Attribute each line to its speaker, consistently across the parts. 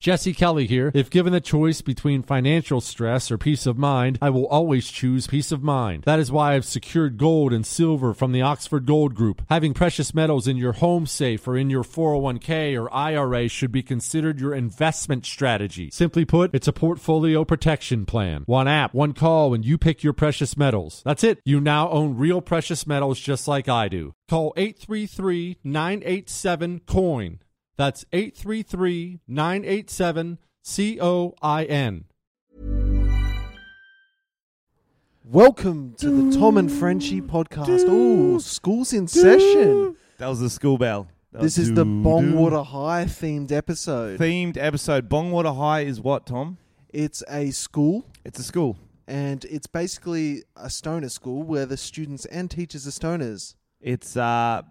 Speaker 1: Jesse Kelly here. If given the choice between financial stress or peace of mind, I will always choose peace of mind. That is why I've secured gold and silver from the Oxford Gold Group. Having precious metals in your home safe or in your 401k or IRA should be considered your investment strategy. Simply put, it's a portfolio protection plan. One app, one call, and you pick your precious metals. That's it. You now own real precious metals just like I do. Call 833 987 COIN. That's 833 987 C O I N.
Speaker 2: Welcome to the Tom and Frenchie podcast. Oh, school's in session.
Speaker 3: That was the school bell. That
Speaker 2: This
Speaker 3: was
Speaker 2: is the
Speaker 3: doo-doo.
Speaker 2: Bongwater High themed episode.
Speaker 3: themed episode. Bongwater High is what, Tom?
Speaker 2: It's a school,
Speaker 3: It's a school.
Speaker 2: and it's basically a stoner school where the students and teachers are stoners.
Speaker 3: It's uh,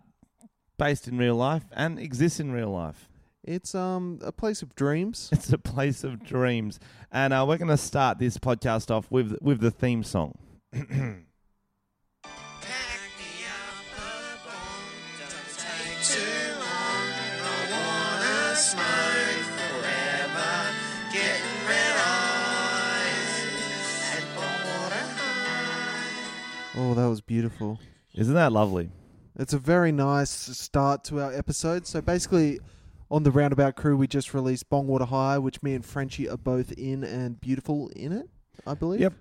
Speaker 3: based in real life and exists in real life.
Speaker 2: It's um a place of dreams.
Speaker 3: It's a place of dreams, and uh, we're going to start this podcast off with with the theme song.
Speaker 2: Oh, that was beautiful.
Speaker 3: Isn't that lovely?
Speaker 2: It's a very nice start to our episode. So basically, on the Roundabout Crew, we just released Bongwater High, which me and Frenchie are both in and beautiful in it. I believe.
Speaker 3: Yep.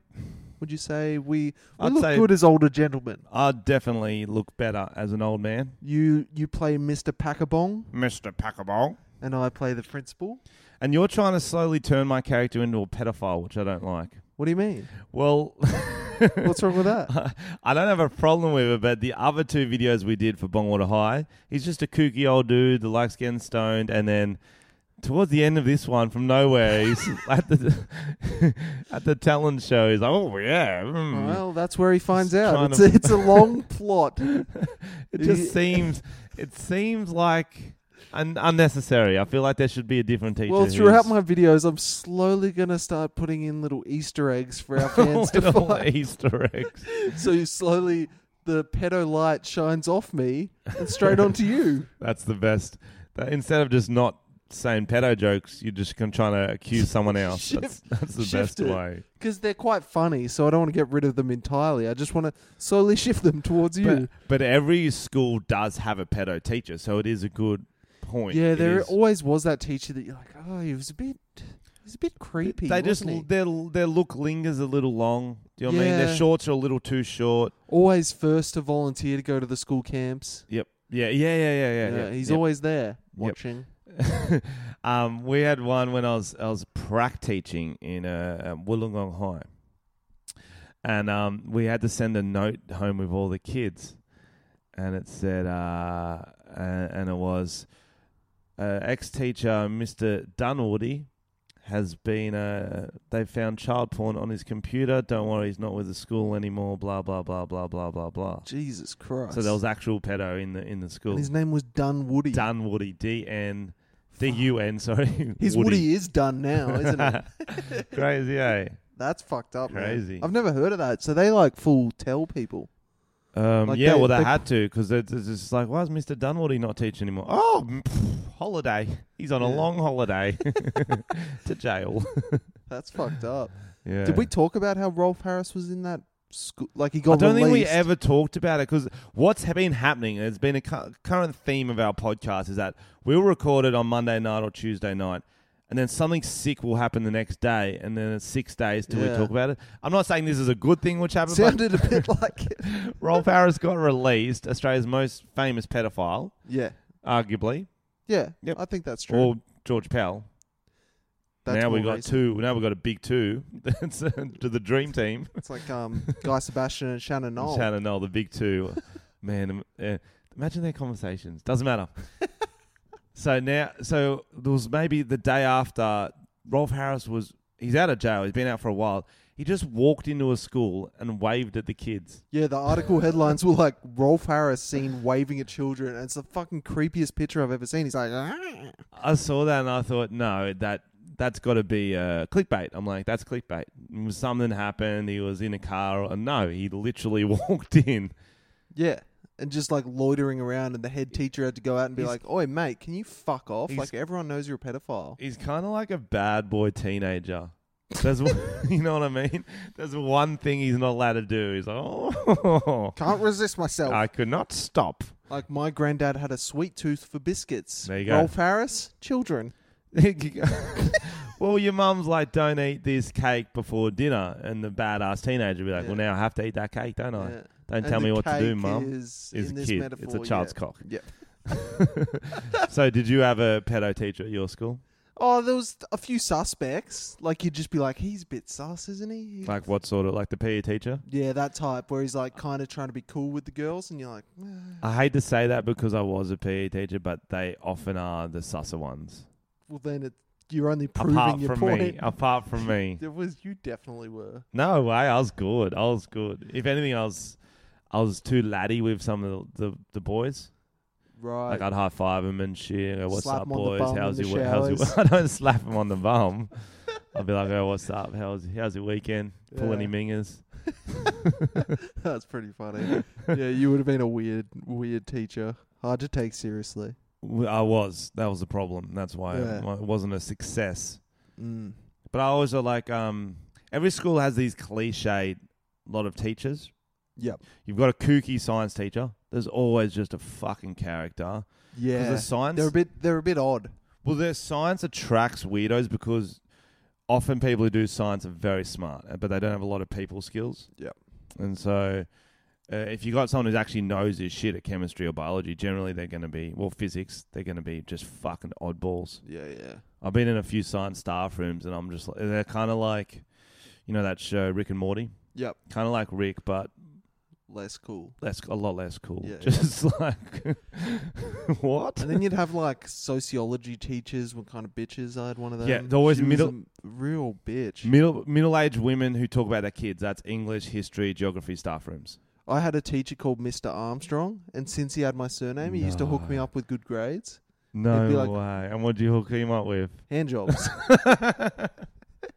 Speaker 2: Would you say we, we
Speaker 3: I'd
Speaker 2: look
Speaker 3: say-
Speaker 2: good as older gentlemen?
Speaker 3: I definitely look better as an old man,
Speaker 2: You you play Mr. Packabong,
Speaker 3: Mister Packable.
Speaker 2: and I play the principal.
Speaker 3: And you're trying to slowly turn my character into a pedophile, which I don't like.
Speaker 2: What do you mean?
Speaker 3: Well,
Speaker 2: What's wrong with that?
Speaker 3: I don't have a problem with it, but the other two videos we did for Bongwater High, he's just a kooky old dude that likes getting stoned, and then towards the end of this one, from nowhere, he's at the at the talent show. He's like, "Oh yeah," mm."
Speaker 2: Well, that's where he finds out.
Speaker 3: trying
Speaker 2: It's,
Speaker 3: to-
Speaker 2: it's a long plot.
Speaker 3: it just seems it seems like un- unnecessary. I feel like there should be a different teacher.
Speaker 2: Well,
Speaker 3: who's-
Speaker 2: throughout my videos, I'm slowly gonna start putting in little Easter eggs for our fans to
Speaker 3: Little
Speaker 2: find.
Speaker 3: Easter eggs.
Speaker 2: so you slowly the pedo light shines off me and straight onto you.
Speaker 3: That's the best. That instead of just not saying pedo jokes, you're just gonna try to accuse someone else. that's,
Speaker 2: Shift-
Speaker 3: that's the
Speaker 2: shift
Speaker 3: best
Speaker 2: it.
Speaker 3: way.
Speaker 2: Because they're quite funny, so I don't want to get rid of them entirely. I just want to slowly shift them towards
Speaker 3: But,
Speaker 2: you.
Speaker 3: but every school does have a pedo teacher, so it is a good point.
Speaker 2: yeah,
Speaker 3: It
Speaker 2: there
Speaker 3: is-
Speaker 2: always was that teacher that you're like, oh, he was a bit, he was a bit creepy.
Speaker 3: They just
Speaker 2: wasn't he?"
Speaker 3: their their look lingers a little long. Do you know what I mean?
Speaker 2: Yeah.
Speaker 3: Their shorts are a little too short.
Speaker 2: always first to volunteer to go to the school camps.
Speaker 3: Yep. Yeah. Yeah. Yeah. Yeah. Yeah.
Speaker 2: Yeah,
Speaker 3: yeah.
Speaker 2: he's
Speaker 3: yep.
Speaker 2: always there watching.
Speaker 3: um, we had one when I was I was prac teaching in uh, um, Wollongong High, and um, we had to send a note home with all the kids, and it said, uh, and, and it was, uh, ex teacher Mister Dunwardy has been uh, they found child porn on his computer. Don't worry, he's not with the school anymore. Blah blah blah blah blah blah blah.
Speaker 2: Jesus Christ!
Speaker 3: So there was actual pedo in the in the
Speaker 2: and
Speaker 3: school.
Speaker 2: his name was Dunwoody.
Speaker 3: Dun Woody D N D U N. Sorry,
Speaker 2: His Woody. is done now, isn't it?
Speaker 3: Crazy, eh?
Speaker 2: That's fucked up. man.
Speaker 3: Crazy.
Speaker 2: I've never heard of that. So they like full tell people.
Speaker 3: Um,
Speaker 2: Like
Speaker 3: yeah,
Speaker 2: they-
Speaker 3: well, they,
Speaker 2: they-
Speaker 3: had to because it's it's just like, why is Mister Dunwoody not teaching anymore? Oh, mm, pff, holiday. He's on a
Speaker 2: Yeah.
Speaker 3: long holiday to jail.
Speaker 2: That's fucked up.
Speaker 3: Yeah.
Speaker 2: Did we talk about how Rolf Harris was in that school? Like he
Speaker 3: I
Speaker 2: got.
Speaker 3: don't think we
Speaker 2: released.
Speaker 3: ever talked about it because what's ha- been happening, it's been a cu- current theme of our podcast, is that we will record it on Monday night or Tuesday night, and then something sick will happen the next day, and then it's six days till
Speaker 2: Yeah.
Speaker 3: we talk about it. I'm not saying this is a good thing which happened, but
Speaker 2: sounded a bit like.
Speaker 3: Rolf Harris got released, Australia's most famous pedophile,
Speaker 2: Yeah,
Speaker 3: arguably,
Speaker 2: yeah.
Speaker 3: Yep.
Speaker 2: I think that's true.
Speaker 3: or George Powell. now we
Speaker 2: more
Speaker 3: got
Speaker 2: recent.
Speaker 3: two. Now we got a big two That's, uh, to the dream team.
Speaker 2: It's like um, Guy Sebastian and Shannon Knoll.
Speaker 3: Shannon Noel, the big two. Man, im- uh, imagine their conversations. Doesn't matter. so now, so there was maybe the day after Rolf Harris was. He's out of jail. He's been out for a while. He just walked into a school and waved at the kids.
Speaker 2: Yeah, the article headlines were like Rolf Harris seen waving at children, and it's the fucking creepiest picture I've ever seen. He's like, "Ah."
Speaker 3: I saw that and I thought, no, that that's got to be uh, clickbait. I'm like, that's clickbait. Something happened. He was in a car. No, he literally walked in.
Speaker 2: yeah, and just like loitering around, and the head teacher had to go out and be
Speaker 3: He's-
Speaker 2: like, "Oi, mate, can you fuck off?
Speaker 3: He's-
Speaker 2: Like everyone knows you're a pedophile."
Speaker 3: He's kind of like a bad boy teenager. There's, one- you know what I mean. There's one thing he's not allowed to do. He's like, oh,
Speaker 2: Can't resist myself.
Speaker 3: I could not stop.
Speaker 2: like my granddad had a sweet tooth for biscuits.
Speaker 3: There you go.
Speaker 2: Rolf Harris, children.
Speaker 3: well, your mum's like, don't eat this cake before dinner, and the badass teenager will be like, well,
Speaker 2: Yeah.
Speaker 3: now I have to eat that cake, don't I?
Speaker 2: Yeah.
Speaker 3: Don't
Speaker 2: And
Speaker 3: tell
Speaker 2: the
Speaker 3: me what to do,
Speaker 2: cake
Speaker 3: mum.
Speaker 2: Is,
Speaker 3: Is
Speaker 2: in
Speaker 3: a
Speaker 2: this
Speaker 3: kid.
Speaker 2: metaphor,
Speaker 3: it's a child's
Speaker 2: yeah.
Speaker 3: cock.
Speaker 2: Yeah.
Speaker 3: so, did you have a pedo teacher at your school?
Speaker 2: Oh, there was a few suspects. Like you'd just be like, he's a bit sus, isn't he? He-
Speaker 3: Like what sort of like the PE teacher?
Speaker 2: yeah, that type where he's like kind of trying to be cool with the girls, and you're like, "Eh."
Speaker 3: I hate to say that because I was a PE teacher, but they often are the susser ones.
Speaker 2: well, then it, you're only proving
Speaker 3: apart
Speaker 2: your
Speaker 3: from
Speaker 2: point.
Speaker 3: me, apart from me,
Speaker 2: There was you definitely were.
Speaker 3: no way. I was good. I was good. If anything, I was, I was too laddie with some of the the, the boys.
Speaker 2: Right.
Speaker 3: Like I'd high five them and shit. I go, what's
Speaker 2: Slap
Speaker 3: up,
Speaker 2: 'em on the
Speaker 3: boys?
Speaker 2: bum
Speaker 3: How's
Speaker 2: in the
Speaker 3: your we- how's
Speaker 2: showers.
Speaker 3: your? I don't slap them on the bum. I'd be like, oh, what's up? How's how's your weekend? Pull any
Speaker 2: Yeah.
Speaker 3: mingers?
Speaker 2: That's pretty funny. yeah, you would have been a weird, weird teacher. Hard to take seriously.
Speaker 3: W- I was. That was the problem. That's why
Speaker 2: Yeah.
Speaker 3: it wasn't a success.
Speaker 2: Mm.
Speaker 3: But I always are like, um, every school has these cliched lot of teachers.
Speaker 2: Yep.
Speaker 3: You've got a kooky science teacher. There's always just a fucking character. Because
Speaker 2: Yeah.
Speaker 3: the science,
Speaker 2: They're a bit. They're a bit odd.
Speaker 3: well, their science attracts weirdos because often people who do science are very smart, uh, but they don't have a lot of people skills.
Speaker 2: Yep.
Speaker 3: And so, uh, if you got someone who actually knows his shit at chemistry or biology, generally they're going to be, well, physics, they're going to be just fucking oddballs.
Speaker 2: Yeah, yeah.
Speaker 3: I've been in a few science staff rooms, and I'm just like, they're kind of like, you know, that show Rick and Morty,
Speaker 2: Yep.
Speaker 3: kind of like Rick, but
Speaker 2: Less cool.
Speaker 3: less a lot less cool.
Speaker 2: Yeah.
Speaker 3: just like what?
Speaker 2: And then you'd have like sociology teachers were kind of bitches. I had one of them.
Speaker 3: Yeah, they're always
Speaker 2: She was a
Speaker 3: middle-
Speaker 2: m- real bitch.
Speaker 3: Middle middle aged women who talk about their kids. That's English, history, geography staff rooms.
Speaker 2: I had a teacher called Mr. Armstrong, and since he had my surname, he used to hook me
Speaker 3: No.
Speaker 2: up with good grades,
Speaker 3: No
Speaker 2: It'd be like-
Speaker 3: way. And what do you hook him up with?
Speaker 2: hand jobs.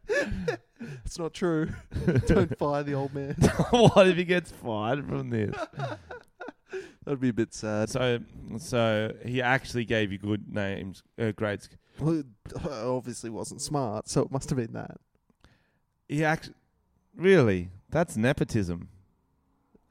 Speaker 2: it's not true. Don't fire the old man.
Speaker 3: what if he gets fired from this?
Speaker 2: That'd be a bit sad.
Speaker 3: So so he actually gave you good names, uh, grades.
Speaker 2: Well, I obviously wasn't smart, so it must have been that.
Speaker 3: He actually really that's nepotism.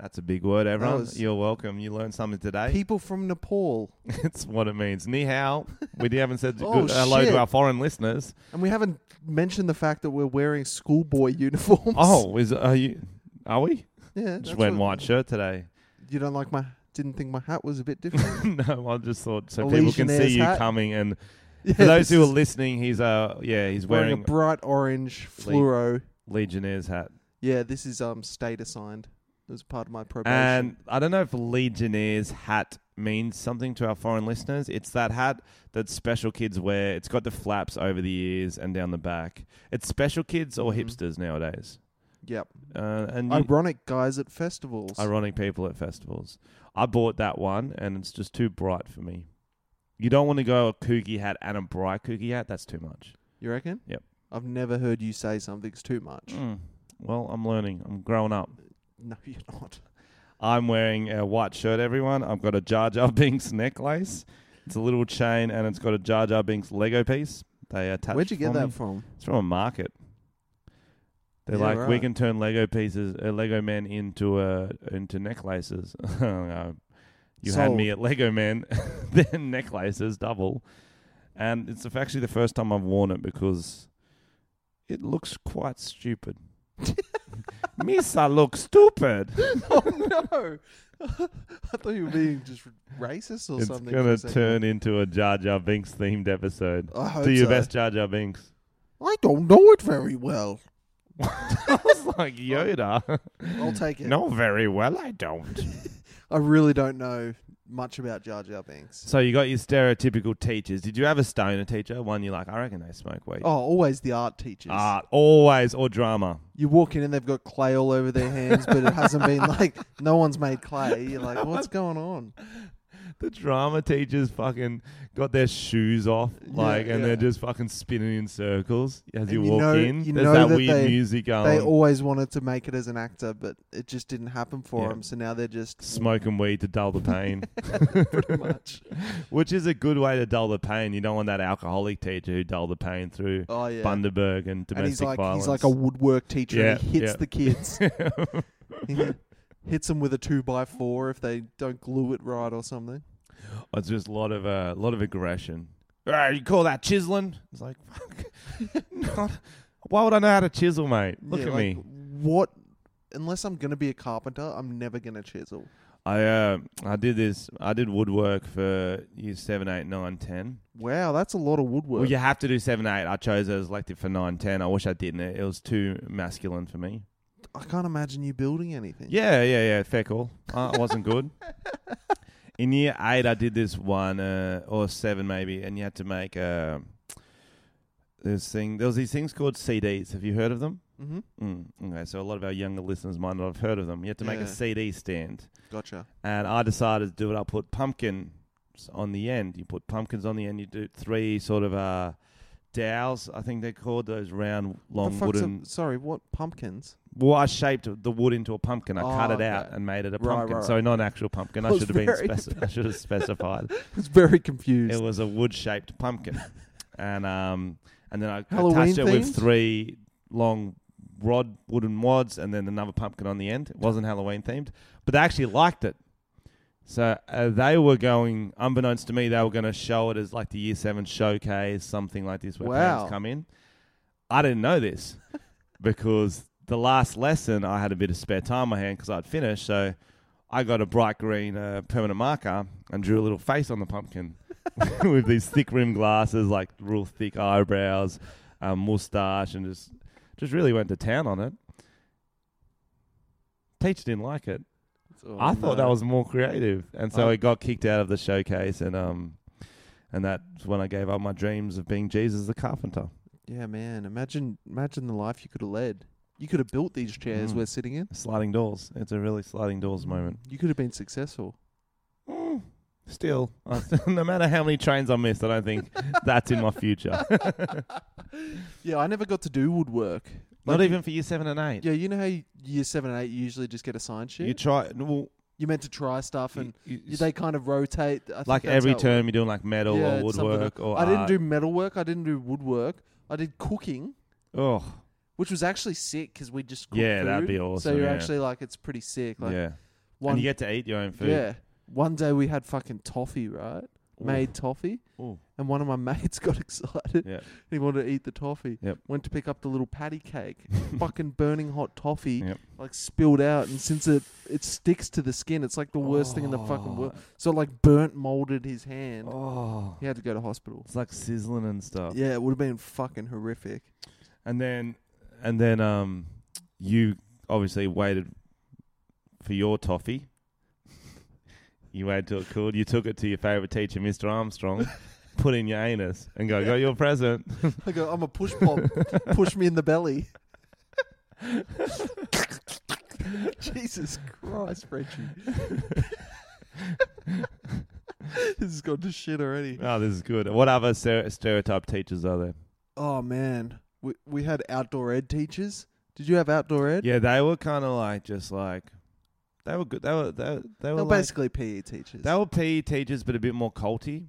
Speaker 3: That's a big word, everyone.
Speaker 2: was-
Speaker 3: You're welcome. You learned something today.
Speaker 2: People from Nepal,
Speaker 3: It's what it means. Ni hao. We haven't said
Speaker 2: Oh,
Speaker 3: good, uh, hello
Speaker 2: shit.
Speaker 3: to our foreign listeners.
Speaker 2: and we haven't mentioned the fact that we're wearing schoolboy uniforms.
Speaker 3: Oh, is are you? Are we?
Speaker 2: yeah,
Speaker 3: Just
Speaker 2: that's
Speaker 3: wearing
Speaker 2: what-
Speaker 3: white shirt today.
Speaker 2: You don't like my? Didn't think my hat was a bit different.
Speaker 3: no, I just thought so
Speaker 2: A
Speaker 3: people can see
Speaker 2: Legionnaires
Speaker 3: you
Speaker 2: hat.
Speaker 3: coming. And
Speaker 2: Yeah,
Speaker 3: for those
Speaker 2: this
Speaker 3: who are
Speaker 2: is
Speaker 3: listening, he's uh yeah he's
Speaker 2: wearing,
Speaker 3: wearing
Speaker 2: a bright orange fluoro.
Speaker 3: Legionnaires hat.
Speaker 2: Yeah, this is um state assigned. It was part of my probation.
Speaker 3: And I don't know if Legionnaires hat means something to our foreign listeners. It's that hat that special kids wear. It's got the flaps over the ears and down the back. It's special kids or
Speaker 2: Mhm.
Speaker 3: hipsters nowadays.
Speaker 2: yep,
Speaker 3: Uh, and you-
Speaker 2: ironic guys at festivals.
Speaker 3: ironic people at festivals. I bought that one, and it's just too bright for me. You don't want to go a kooky hat and a bright kooky hat. That's too much.
Speaker 2: you reckon?
Speaker 3: Yep. Mm.
Speaker 2: I've never heard you say something's too much.
Speaker 3: Well, I'm learning. I'm growing up.
Speaker 2: No, you're not.
Speaker 3: I'm wearing a white shirt. Everyone. I've got a Jar Jar Binks necklace. It's a little chain, and it's got a Jar Jar Binks Lego piece. They attach.
Speaker 2: Where'd you get
Speaker 3: for
Speaker 2: that
Speaker 3: me.
Speaker 2: from?
Speaker 3: It's from a market. They're
Speaker 2: Yeah,
Speaker 3: like, we
Speaker 2: right.
Speaker 3: can turn Lego pieces, uh, Lego men into uh, into necklaces. Oh, you had me at Lego men, then necklaces double, and it's actually the first time I've worn it because it looks quite stupid. Misa looks stupid.
Speaker 2: oh no! I thought you were being just racist or
Speaker 3: it's
Speaker 2: something. for a
Speaker 3: gonna
Speaker 2: second.
Speaker 3: turn into a Jar Jar Binks themed episode.
Speaker 2: I hope
Speaker 3: Do your
Speaker 2: so.
Speaker 3: best, Jar Jar Binks.
Speaker 2: I don't know it very well.
Speaker 3: I was like Yoda.
Speaker 2: I'll take it.
Speaker 3: no, very well, I don't.
Speaker 2: I really don't know much about Jar Jar Binks.
Speaker 3: So you got your stereotypical teachers. Did you have a stoner teacher? One you're like, I reckon they smoke weed.
Speaker 2: Oh, always the art teachers.
Speaker 3: Art, Ah, always, or drama.
Speaker 2: You walk in and they've got clay all over their hands, but it hasn't been like no one's made clay. You're like, what's going on?
Speaker 3: the drama teachers fucking got their shoes off, like, and
Speaker 2: yeah.
Speaker 3: they're just fucking spinning in circles as
Speaker 2: And
Speaker 3: you,
Speaker 2: you
Speaker 3: walk
Speaker 2: know-
Speaker 3: in.
Speaker 2: you
Speaker 3: There's
Speaker 2: know
Speaker 3: that,
Speaker 2: that
Speaker 3: weird
Speaker 2: they-
Speaker 3: music going.
Speaker 2: They always wanted to make it as an actor, but it just didn't happen for
Speaker 3: Yeah.
Speaker 2: them. So now they're just
Speaker 3: smoking weed to dull the pain,
Speaker 2: pretty much.
Speaker 3: which is a good way to dull the pain. You don't want that alcoholic teacher who dulled the pain through
Speaker 2: Oh yeah.
Speaker 3: Bundaberg and domestic
Speaker 2: and he's like
Speaker 3: violence.
Speaker 2: he's like a woodwork teacher. and
Speaker 3: Yeah,
Speaker 2: he hits
Speaker 3: yeah.
Speaker 2: the kids. He hits them with a two by four if they don't glue it right or something.
Speaker 3: It's just a lot of a lot of aggression. "Ah, you call that chiseling? It's like fuck. Not, why would I know how to chisel, mate? Look
Speaker 2: Yeah,
Speaker 3: at
Speaker 2: like,
Speaker 3: me.
Speaker 2: What? Unless I'm gonna be a carpenter, I'm never gonna chisel.
Speaker 3: I uh, I did this. I did woodwork for years seven, eight, nine, ten.
Speaker 2: Wow, that's a lot of woodwork.
Speaker 3: Well, you have to do seven, eight. I chose as elective for nine, ten. I wish I didn't. It it was too masculine for me.
Speaker 2: I can't imagine you building anything.
Speaker 3: Yeah, yeah, yeah. Fair call. Uh, I wasn't good. In year eight, I did this one uh, or seven maybe, and you had to make uh, this thing. There was these things called CDs. Have you heard of them?
Speaker 2: Mm-hmm.
Speaker 3: Mm, okay, so a lot of our younger listeners might not have heard of them. You had to make
Speaker 2: Yeah.
Speaker 3: a CD stand,
Speaker 2: Gotcha.
Speaker 3: and I decided to do it. I put pumpkins on the end. You put pumpkins on the end. You do three sort of uh, dowels. I think they're called those round, long
Speaker 2: the fuck's
Speaker 3: wooden.
Speaker 2: A, sorry, what pumpkins?
Speaker 3: Well, I shaped the wood into a pumpkin. I
Speaker 2: Oh,
Speaker 3: cut it out
Speaker 2: okay.
Speaker 3: and made it a
Speaker 2: Right,
Speaker 3: pumpkin.
Speaker 2: right,
Speaker 3: So
Speaker 2: right.
Speaker 3: not an actual pumpkin.
Speaker 2: I
Speaker 3: I,
Speaker 2: was
Speaker 3: should have been
Speaker 2: very
Speaker 3: speci- I should have specified.
Speaker 2: I was very confused.
Speaker 3: it was a wood shaped pumpkin, and um, and then I
Speaker 2: Halloween
Speaker 3: attached it with
Speaker 2: themed?
Speaker 3: three long rod wooden wads, and then another pumpkin on the end. It wasn't Halloween themed, but they actually liked it. So uh, they were going, unbeknownst to me, they were going to show it as like the year seven showcase, something like this, where
Speaker 2: Wow.
Speaker 3: parents come in. I didn't know this because the last lesson I had a bit of spare time on my hand because I'd finished. So I got a bright green uh, permanent marker and drew a little face on the pumpkin with these thick rimmed glasses, like real thick eyebrows, um, mustache, and just just really went to town on it. Teacher didn't like it.
Speaker 2: Oh,
Speaker 3: I thought that
Speaker 2: no.
Speaker 3: was more creative, and so
Speaker 2: Oh.
Speaker 3: it got kicked out of the showcase, and um, and that's when I gave up my dreams of being Jesus the carpenter.
Speaker 2: Yeah, man. Imagine, imagine the life you could have led. You could have built these chairs
Speaker 3: Mm.
Speaker 2: we're sitting in.
Speaker 3: Sliding doors. It's a really sliding doors moment.
Speaker 2: You could have been successful.
Speaker 3: Mm, Still, I- no matter how many trains I missed, I don't think that's in my future.
Speaker 2: Yeah, I never got to do woodwork.
Speaker 3: Not
Speaker 2: Like,
Speaker 3: even for year seven and eight.
Speaker 2: Yeah, you know how you- year seven and eight usually just get assigned shit.
Speaker 3: You try. Well,
Speaker 2: You're meant to try stuff, and
Speaker 3: you- you-
Speaker 2: they kind of rotate. I think
Speaker 3: like
Speaker 2: that's
Speaker 3: every Uh,
Speaker 2: how it
Speaker 3: term, you're doing like metal
Speaker 2: Yeah,
Speaker 3: or
Speaker 2: it's something
Speaker 3: woodwork or.
Speaker 2: I didn't
Speaker 3: art.
Speaker 2: do metal work. I didn't do woodwork. I did cooking,
Speaker 3: Oh,
Speaker 2: which was actually sick because we just cooked
Speaker 3: Yeah, that'd
Speaker 2: food.
Speaker 3: be
Speaker 2: So
Speaker 3: awesome,
Speaker 2: you're
Speaker 3: yeah.
Speaker 2: actually like, it's pretty sick. Like
Speaker 3: yeah.
Speaker 2: one,
Speaker 3: and you get to eat your own food.
Speaker 2: yeah. One day we had fucking toffee, right?
Speaker 3: Ooh,
Speaker 2: Made toffee,
Speaker 3: ooh,
Speaker 2: and one of my mates got excited.
Speaker 3: Yeah.
Speaker 2: He wanted to eat the toffee.
Speaker 3: Yep.
Speaker 2: Went to pick up the little patty cake. fucking burning hot toffee,
Speaker 3: Yep.
Speaker 2: like spilled out, and since it it sticks to the skin, it's like the worst thing in the fucking world.
Speaker 3: Oh.
Speaker 2: So it, like burnt molded his hand.
Speaker 3: Oh,
Speaker 2: He had to go to hospital.
Speaker 3: it's like sizzling and stuff.
Speaker 2: Yeah, it would have been fucking horrific.
Speaker 3: And then, and then, um, you obviously waited for your toffee. you waited till it cooled. You took it to your favorite teacher, Mr. Armstrong. put in your anus and go, got your present.
Speaker 2: I go, I'm a push pop. push me in the belly. Jesus Christ, Frenchie. this has gone to shit already.
Speaker 3: Oh, this is good. What other stere- stereotype teachers are there?
Speaker 2: Oh man, we we had outdoor ed teachers. Did you have outdoor ed?
Speaker 3: Yeah, they were kind of like just like they were good. They were they, were- they
Speaker 2: they
Speaker 3: were
Speaker 2: were
Speaker 3: like,
Speaker 2: basically PE teachers.
Speaker 3: they were PE teachers, but a bit more culty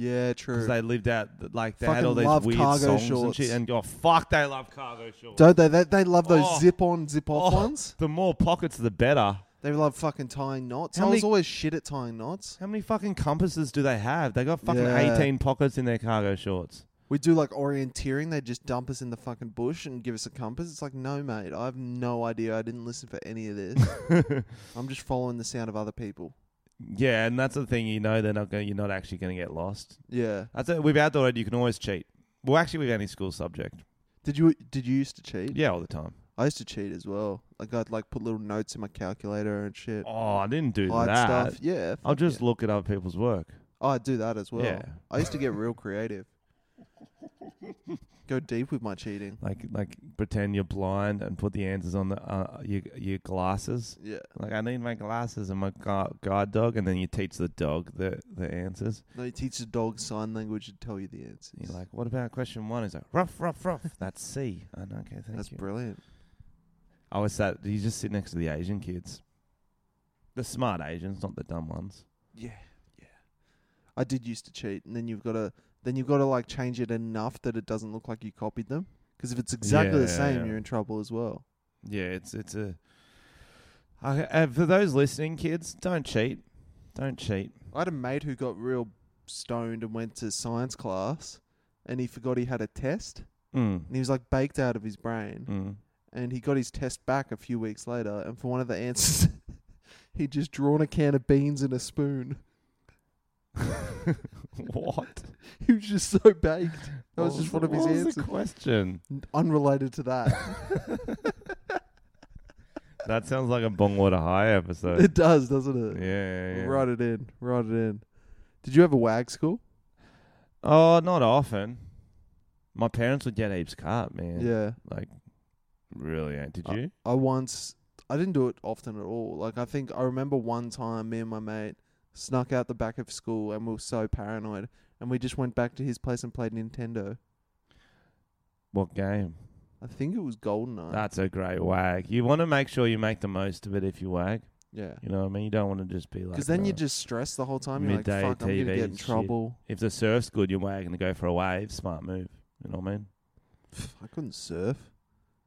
Speaker 2: yeah,
Speaker 3: because
Speaker 2: true.
Speaker 3: they lived out th- like they had
Speaker 2: Fucking
Speaker 3: all these
Speaker 2: love
Speaker 3: weird
Speaker 2: cargo
Speaker 3: songs and
Speaker 2: shorts.
Speaker 3: shit. And oh fuck, they love cargo shorts.
Speaker 2: Don't they? They, they love those
Speaker 3: Oh.
Speaker 2: zip on, zip off
Speaker 3: Oh.
Speaker 2: ones.
Speaker 3: The more pockets, the better.
Speaker 2: They love fucking tying knots.
Speaker 3: How
Speaker 2: I was
Speaker 3: many-
Speaker 2: always shit at tying knots.
Speaker 3: How many fucking compasses do they have? They got fucking
Speaker 2: Yeah.
Speaker 3: eighteen pockets in their cargo shorts.
Speaker 2: We do like orienteering. They just dump us in the fucking bush and give us a compass. It's like, no, mate, I have no idea. I didn't listen for any of this. I'm just following the sound of other people.
Speaker 3: Yeah, and that's the thing. You know, they're not going. You're not actually going to get lost.
Speaker 2: Yeah.
Speaker 3: That's it. With outdoor ed, you can always cheat. Well, actually, with any school subject,
Speaker 2: Did you did you used to cheat?
Speaker 3: yeah, all the time.
Speaker 2: I used to cheat as well. Like I'd like put little notes in my calculator and shit.
Speaker 3: Oh, I didn't do
Speaker 2: Hide
Speaker 3: that.
Speaker 2: stuff. Yeah.
Speaker 3: I'll
Speaker 2: fuck
Speaker 3: just
Speaker 2: yeah.
Speaker 3: look at other people's work.
Speaker 2: Oh, I'd do that as well.
Speaker 3: Yeah.
Speaker 2: I used to get real creative. go deep with my cheating.
Speaker 3: Like like pretend you're blind and put the answers on the uh, your your glasses.
Speaker 2: Yeah.
Speaker 3: Like I need my glasses and my gu- guard dog, and then you teach the dog the the answers.
Speaker 2: No, you teach the dog sign language and tell you the answers.
Speaker 3: And you're like, what about question one? He's like, rough, rough, rough. That's C. And okay, thank
Speaker 2: That's
Speaker 3: you.
Speaker 2: brilliant.
Speaker 3: I was that you just sit next to the Asian kids, the smart Asians, not the dumb ones.
Speaker 2: Yeah, yeah. I did used to cheat, and then you've got to then you've got to like change it enough that it doesn't look like you copied them. Because if it's exactly
Speaker 3: Yeah,
Speaker 2: the
Speaker 3: yeah,
Speaker 2: same,
Speaker 3: yeah.
Speaker 2: you're in trouble as well.
Speaker 3: Yeah, it's it's a. I, uh, for those listening, kids, don't cheat. Don't cheat.
Speaker 2: I had a mate who got real stoned and went to science class, and he forgot he had a test,
Speaker 3: Mm.
Speaker 2: and he was like baked out of his brain.
Speaker 3: Mm.
Speaker 2: and he got his test back a few weeks later, and for one of the answers, he'd just drawn a can of beans in a spoon. Mm.
Speaker 3: what?
Speaker 2: He was just so baked. That was just one of his
Speaker 3: what was
Speaker 2: answers.
Speaker 3: the question?
Speaker 2: Unrelated to that.
Speaker 3: That sounds like a Bong Water High episode.
Speaker 2: it does, doesn't it?
Speaker 3: yeah, yeah, yeah.
Speaker 2: Write it in. Write it in. Did you ever wag school?
Speaker 3: Oh, not often. My parents would get heaps cut, man.
Speaker 2: Yeah.
Speaker 3: Like, really? eh? Did
Speaker 2: Uh,
Speaker 3: you?
Speaker 2: I once, I didn't do it often at all. Like, I think I remember one time me and my mate snuck out the back of school and we were so paranoid. And we just went back to his place and played Nintendo.
Speaker 3: What game?
Speaker 2: I think it was GoldenEye.
Speaker 3: That's a great wag. You want to make sure you make the most of it if you wag.
Speaker 2: yeah.
Speaker 3: You know what I mean? You don't want to just be like.
Speaker 2: Because then
Speaker 3: uh,
Speaker 2: you're just stressed the whole time. You're like,
Speaker 3: midday
Speaker 2: fuck, I'm going to
Speaker 3: TV
Speaker 2: get in
Speaker 3: shit.
Speaker 2: trouble.
Speaker 3: If the surf's good, you're wagging to go for a wave. Smart move. You know what I mean?
Speaker 2: I couldn't surf.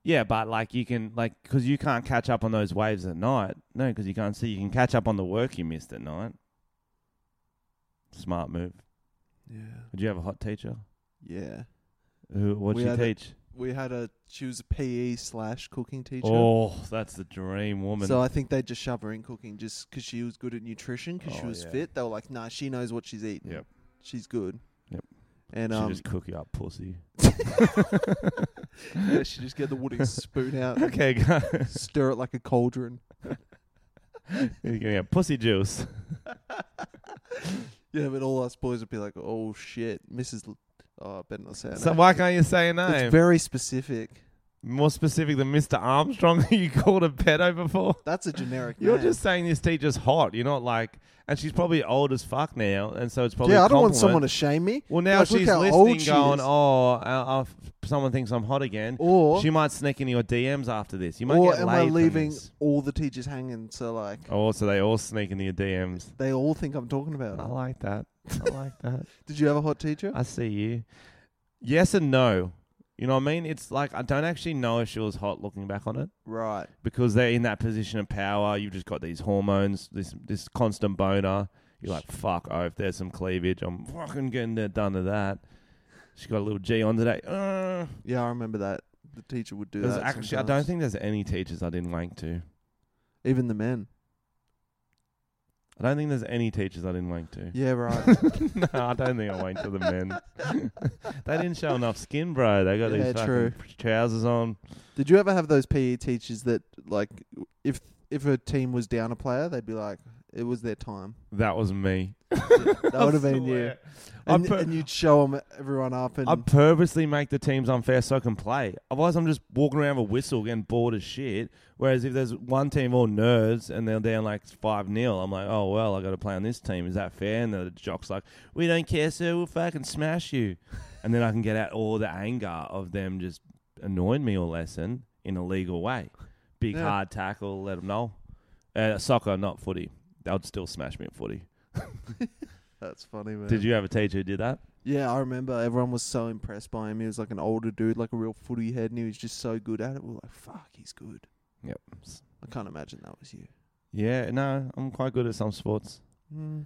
Speaker 3: Yeah, but like you can like because you can't catch up on those waves at night. No, because you can't see. You can catch up on the work you missed at night. Smart move.
Speaker 2: Yeah.
Speaker 3: Did you have a hot teacher?
Speaker 2: Yeah.
Speaker 3: Who? What
Speaker 2: We
Speaker 3: did she
Speaker 2: had a
Speaker 3: teach?
Speaker 2: We had a, she was a PE slash cooking teacher.
Speaker 3: Oh, that's the dream woman.
Speaker 2: So I think they just shove her in cooking just 'cause she was good at nutrition, 'cause she
Speaker 3: Oh,
Speaker 2: was
Speaker 3: yeah.
Speaker 2: fit. They were like, nah, she knows what she's eating.
Speaker 3: Yep.
Speaker 2: She's good.
Speaker 3: Yep.
Speaker 2: And
Speaker 3: she
Speaker 2: um,
Speaker 3: just cook you up, pussy.
Speaker 2: yeah, she just get the wooden spoon out, and
Speaker 3: Okay, guys.
Speaker 2: stir it like a cauldron.
Speaker 3: You're gonna get pussy juice.
Speaker 2: Yeah, but all us boys would be like, oh shit, Mrs. L- oh, I better not say her
Speaker 3: So
Speaker 2: name.
Speaker 3: why can't you say a
Speaker 2: It's
Speaker 3: name?
Speaker 2: very specific.
Speaker 3: More specific than Mr. Armstrong, who you called a pedo before.
Speaker 2: That's a generic
Speaker 3: You're
Speaker 2: name.
Speaker 3: just saying this teacher's hot. You're not like, and she's probably old as fuck now, and so it's probably.
Speaker 2: yeah,
Speaker 3: I
Speaker 2: I don't want someone to shame me.
Speaker 3: Well, now
Speaker 2: Like, look
Speaker 3: she's
Speaker 2: how
Speaker 3: listening,
Speaker 2: old she
Speaker 3: going,
Speaker 2: is.
Speaker 3: "Oh, uh, uh, someone thinks I'm hot again."
Speaker 2: Or
Speaker 3: she might sneak into your DMs after this. You might
Speaker 2: or
Speaker 3: get
Speaker 2: am
Speaker 3: laid
Speaker 2: I
Speaker 3: from
Speaker 2: leaving
Speaker 3: this.
Speaker 2: all the teachers hanging? So like
Speaker 3: Oh, so they all sneak into your DMs.
Speaker 2: they all think I'm talking about.
Speaker 3: I
Speaker 2: them.
Speaker 3: like that. I like that.
Speaker 2: Did you have a hot teacher?
Speaker 3: Oh. I see you. Yes and no. You know what I mean? It's like I don't actually know if she was hot looking back on it.
Speaker 2: right.
Speaker 3: because they're in that position of power. You've just got these hormones, this this constant boner. You're like, fuck, oh, if there's some cleavage, I'm fucking getting there, done to that. She got a little G on today. Uh,
Speaker 2: Yeah, I remember that. The teacher would do
Speaker 3: there's
Speaker 2: that.
Speaker 3: actually, I
Speaker 2: sometimes.
Speaker 3: don't think there's any teachers I didn't wank to.
Speaker 2: even the men.
Speaker 3: I don't think there's any teachers I didn't wank to.
Speaker 2: Yeah, right.
Speaker 3: no, I don't think I wanked to the men. they didn't show enough skin, bro. They got
Speaker 2: Yeah,
Speaker 3: these fucking
Speaker 2: true.
Speaker 3: trousers on.
Speaker 2: Did you ever have those PE teachers that like if if a team was down a player, they'd be like, it was their time.
Speaker 3: That was me.
Speaker 2: That would have been you.
Speaker 3: Swear. I
Speaker 2: And,
Speaker 3: put-
Speaker 2: and you'd show them everyone up and
Speaker 3: I purposely make the teams unfair so I can play. Otherwise, I'm just walking around with a whistle getting bored as shit. Whereas if there's one team all nerds and they're down like 5 0, I'm like, oh, well, I got to play on this team. Is that fair? And the jock's like, we don't care, sir. We'll fucking smash you. And then I can get out all the anger of them just annoying me all lesson in a legal way. Big
Speaker 2: Yeah.
Speaker 3: hard tackle, let them know. Uh, soccer, not footy. They would still smash me at footy.
Speaker 2: that's funny, man.
Speaker 3: Did you have a teacher who did that?
Speaker 2: Yeah, I remember everyone was so impressed by him. He was like an older dude, like a real footy head, and he was just so good at it. We were like, fuck, he's good.
Speaker 3: Yep.
Speaker 2: I can't imagine that was you.
Speaker 3: Yeah, no, I'm quite good at some sports.
Speaker 2: Mm.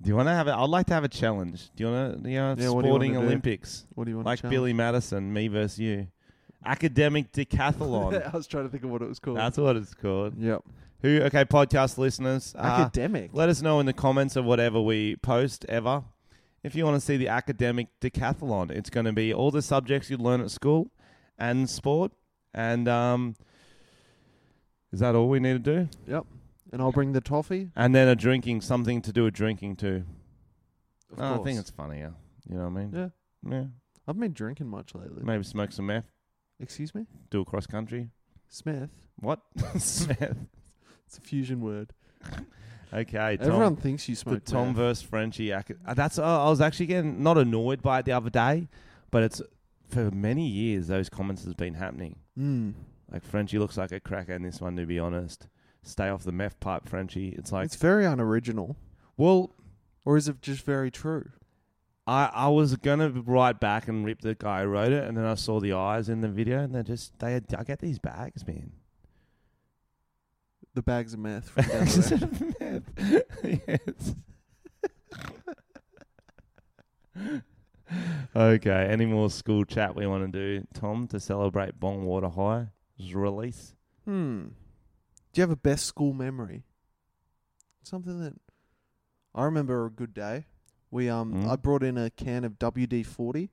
Speaker 3: Do you want to have it? I'd like to have a challenge. Do you want to, you know,
Speaker 2: Yeah, what do you
Speaker 3: sporting
Speaker 2: wanna do?
Speaker 3: Olympics,
Speaker 2: What do you want?
Speaker 3: like
Speaker 2: to challenge?
Speaker 3: Billy Madison, me versus you, academic decathlon.
Speaker 2: I was trying to think of what it was called.
Speaker 3: That's what it's called.
Speaker 2: yep.
Speaker 3: Who? Okay, podcast listeners, uh,
Speaker 2: Academic.
Speaker 3: let us know in the comments of whatever we post ever. If you want to see the academic decathlon, it's going to be all the subjects you learn at school and sport. And um, is that all we need to do?
Speaker 2: Yep. And I'll bring the toffee.
Speaker 3: And then a drinking, something to do with drinking too.
Speaker 2: Of
Speaker 3: Oh, I
Speaker 2: course.
Speaker 3: think it's funnier. You know what I mean?
Speaker 2: Yeah.
Speaker 3: Yeah.
Speaker 2: I've been drinking much lately.
Speaker 3: Maybe smoke some meth.
Speaker 2: Excuse me?
Speaker 3: Do a cross country.
Speaker 2: Smith?
Speaker 3: What? Smith.
Speaker 2: It's a fusion word.
Speaker 3: Okay, Tom.
Speaker 2: Everyone thinks you
Speaker 3: the
Speaker 2: smoke
Speaker 3: Tom
Speaker 2: meth.
Speaker 3: versus Frenchie. ac- uh, That's uh, I was actually getting not annoyed by it the other day, but it's for many years those comments has been happening.
Speaker 2: Mm.
Speaker 3: Like Frenchie looks like a cracker in this one. To be honest, stay off the meth pipe, Frenchie. It's like
Speaker 2: it's very unoriginal.
Speaker 3: well,
Speaker 2: Or is it just very true?
Speaker 3: I, I was gonna write back and rip the guy who wrote it, and then I saw the eyes in the video, and they're just they. I get these bags, man.
Speaker 2: The bags of meth. From down the road.
Speaker 3: yes. okay. Any more school chat we want to do, Tom, to celebrate Bongwater High's release?
Speaker 2: hmm. Do you have a best school memory? Something that I remember a good day. We um
Speaker 3: Mm.
Speaker 2: I brought in a can of WD forty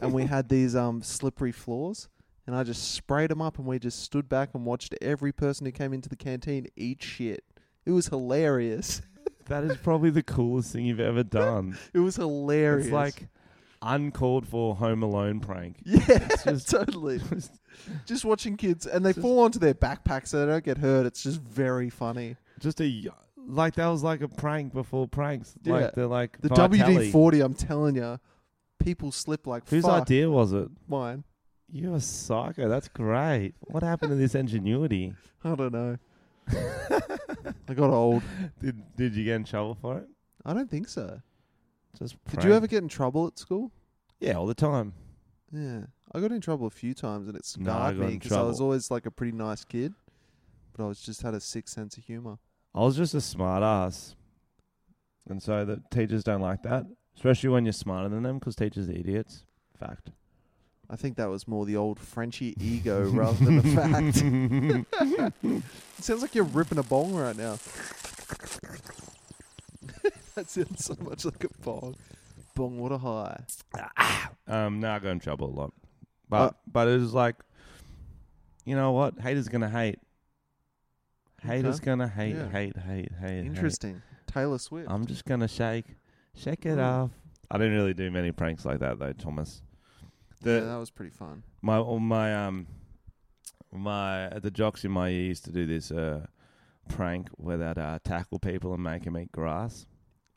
Speaker 2: and we had these um slippery floors and I just sprayed them up and we just stood back and watched every person who came into the canteen eat shit. It was hilarious.
Speaker 3: That is probably the coolest thing you've ever done.
Speaker 2: It was hilarious.
Speaker 3: it's like uncalled for Home Alone prank.
Speaker 2: yeah,
Speaker 3: just-
Speaker 2: totally.
Speaker 3: Just
Speaker 2: Just watching kids and they
Speaker 3: Just-
Speaker 2: fall onto their backpacks so they don't get hurt. It's just very funny.
Speaker 3: just a y- like that was like a prank before pranks.
Speaker 2: Yeah.
Speaker 3: Like the like
Speaker 2: The
Speaker 3: Vitelli.
Speaker 2: WD forty, I'm telling you, people slip like
Speaker 3: Whose
Speaker 2: fuck.
Speaker 3: idea was it?
Speaker 2: Mine.
Speaker 3: You're a psycho. That's great. What happened to this ingenuity?
Speaker 2: I don't know. I got old.
Speaker 3: Did Did you get in trouble for it?
Speaker 2: I don't think so.
Speaker 3: Just
Speaker 2: Did you ever get in trouble at school?
Speaker 3: Yeah, all the time.
Speaker 2: Yeah, I got in trouble a few times, and it
Speaker 3: No, I
Speaker 2: scarred
Speaker 3: got
Speaker 2: me
Speaker 3: in
Speaker 2: because I was
Speaker 3: trouble.
Speaker 2: always like a pretty nice kid, but I was just had a sick sense of humor.
Speaker 3: I was just a smart ass, and so the teachers don't like that, especially when you're smarter than them, because teachers are idiots. Fact.
Speaker 2: I think that was more the old Frenchy ego rather than the fact. It sounds like you're ripping a bong right now. that sounds so much like a bong. Bong water high.
Speaker 3: um, no, I got in trouble a lot, but but it was like, you know what? Haters gonna hate. Haters
Speaker 2: Okay.
Speaker 3: gonna hate,
Speaker 2: Yeah. Um,
Speaker 3: hate, hate, hate. hate.
Speaker 2: Interesting. Taylor Swift.
Speaker 3: I'm just gonna shake, shake it
Speaker 2: Mm.
Speaker 3: off. Hmm. I didn't really do many pranks like that though, Thomas. The
Speaker 2: yeah, that was pretty fun.
Speaker 3: my all my um my the jocks in my year used to do this uh prank where they'd uh, tackle people and make them eat grass.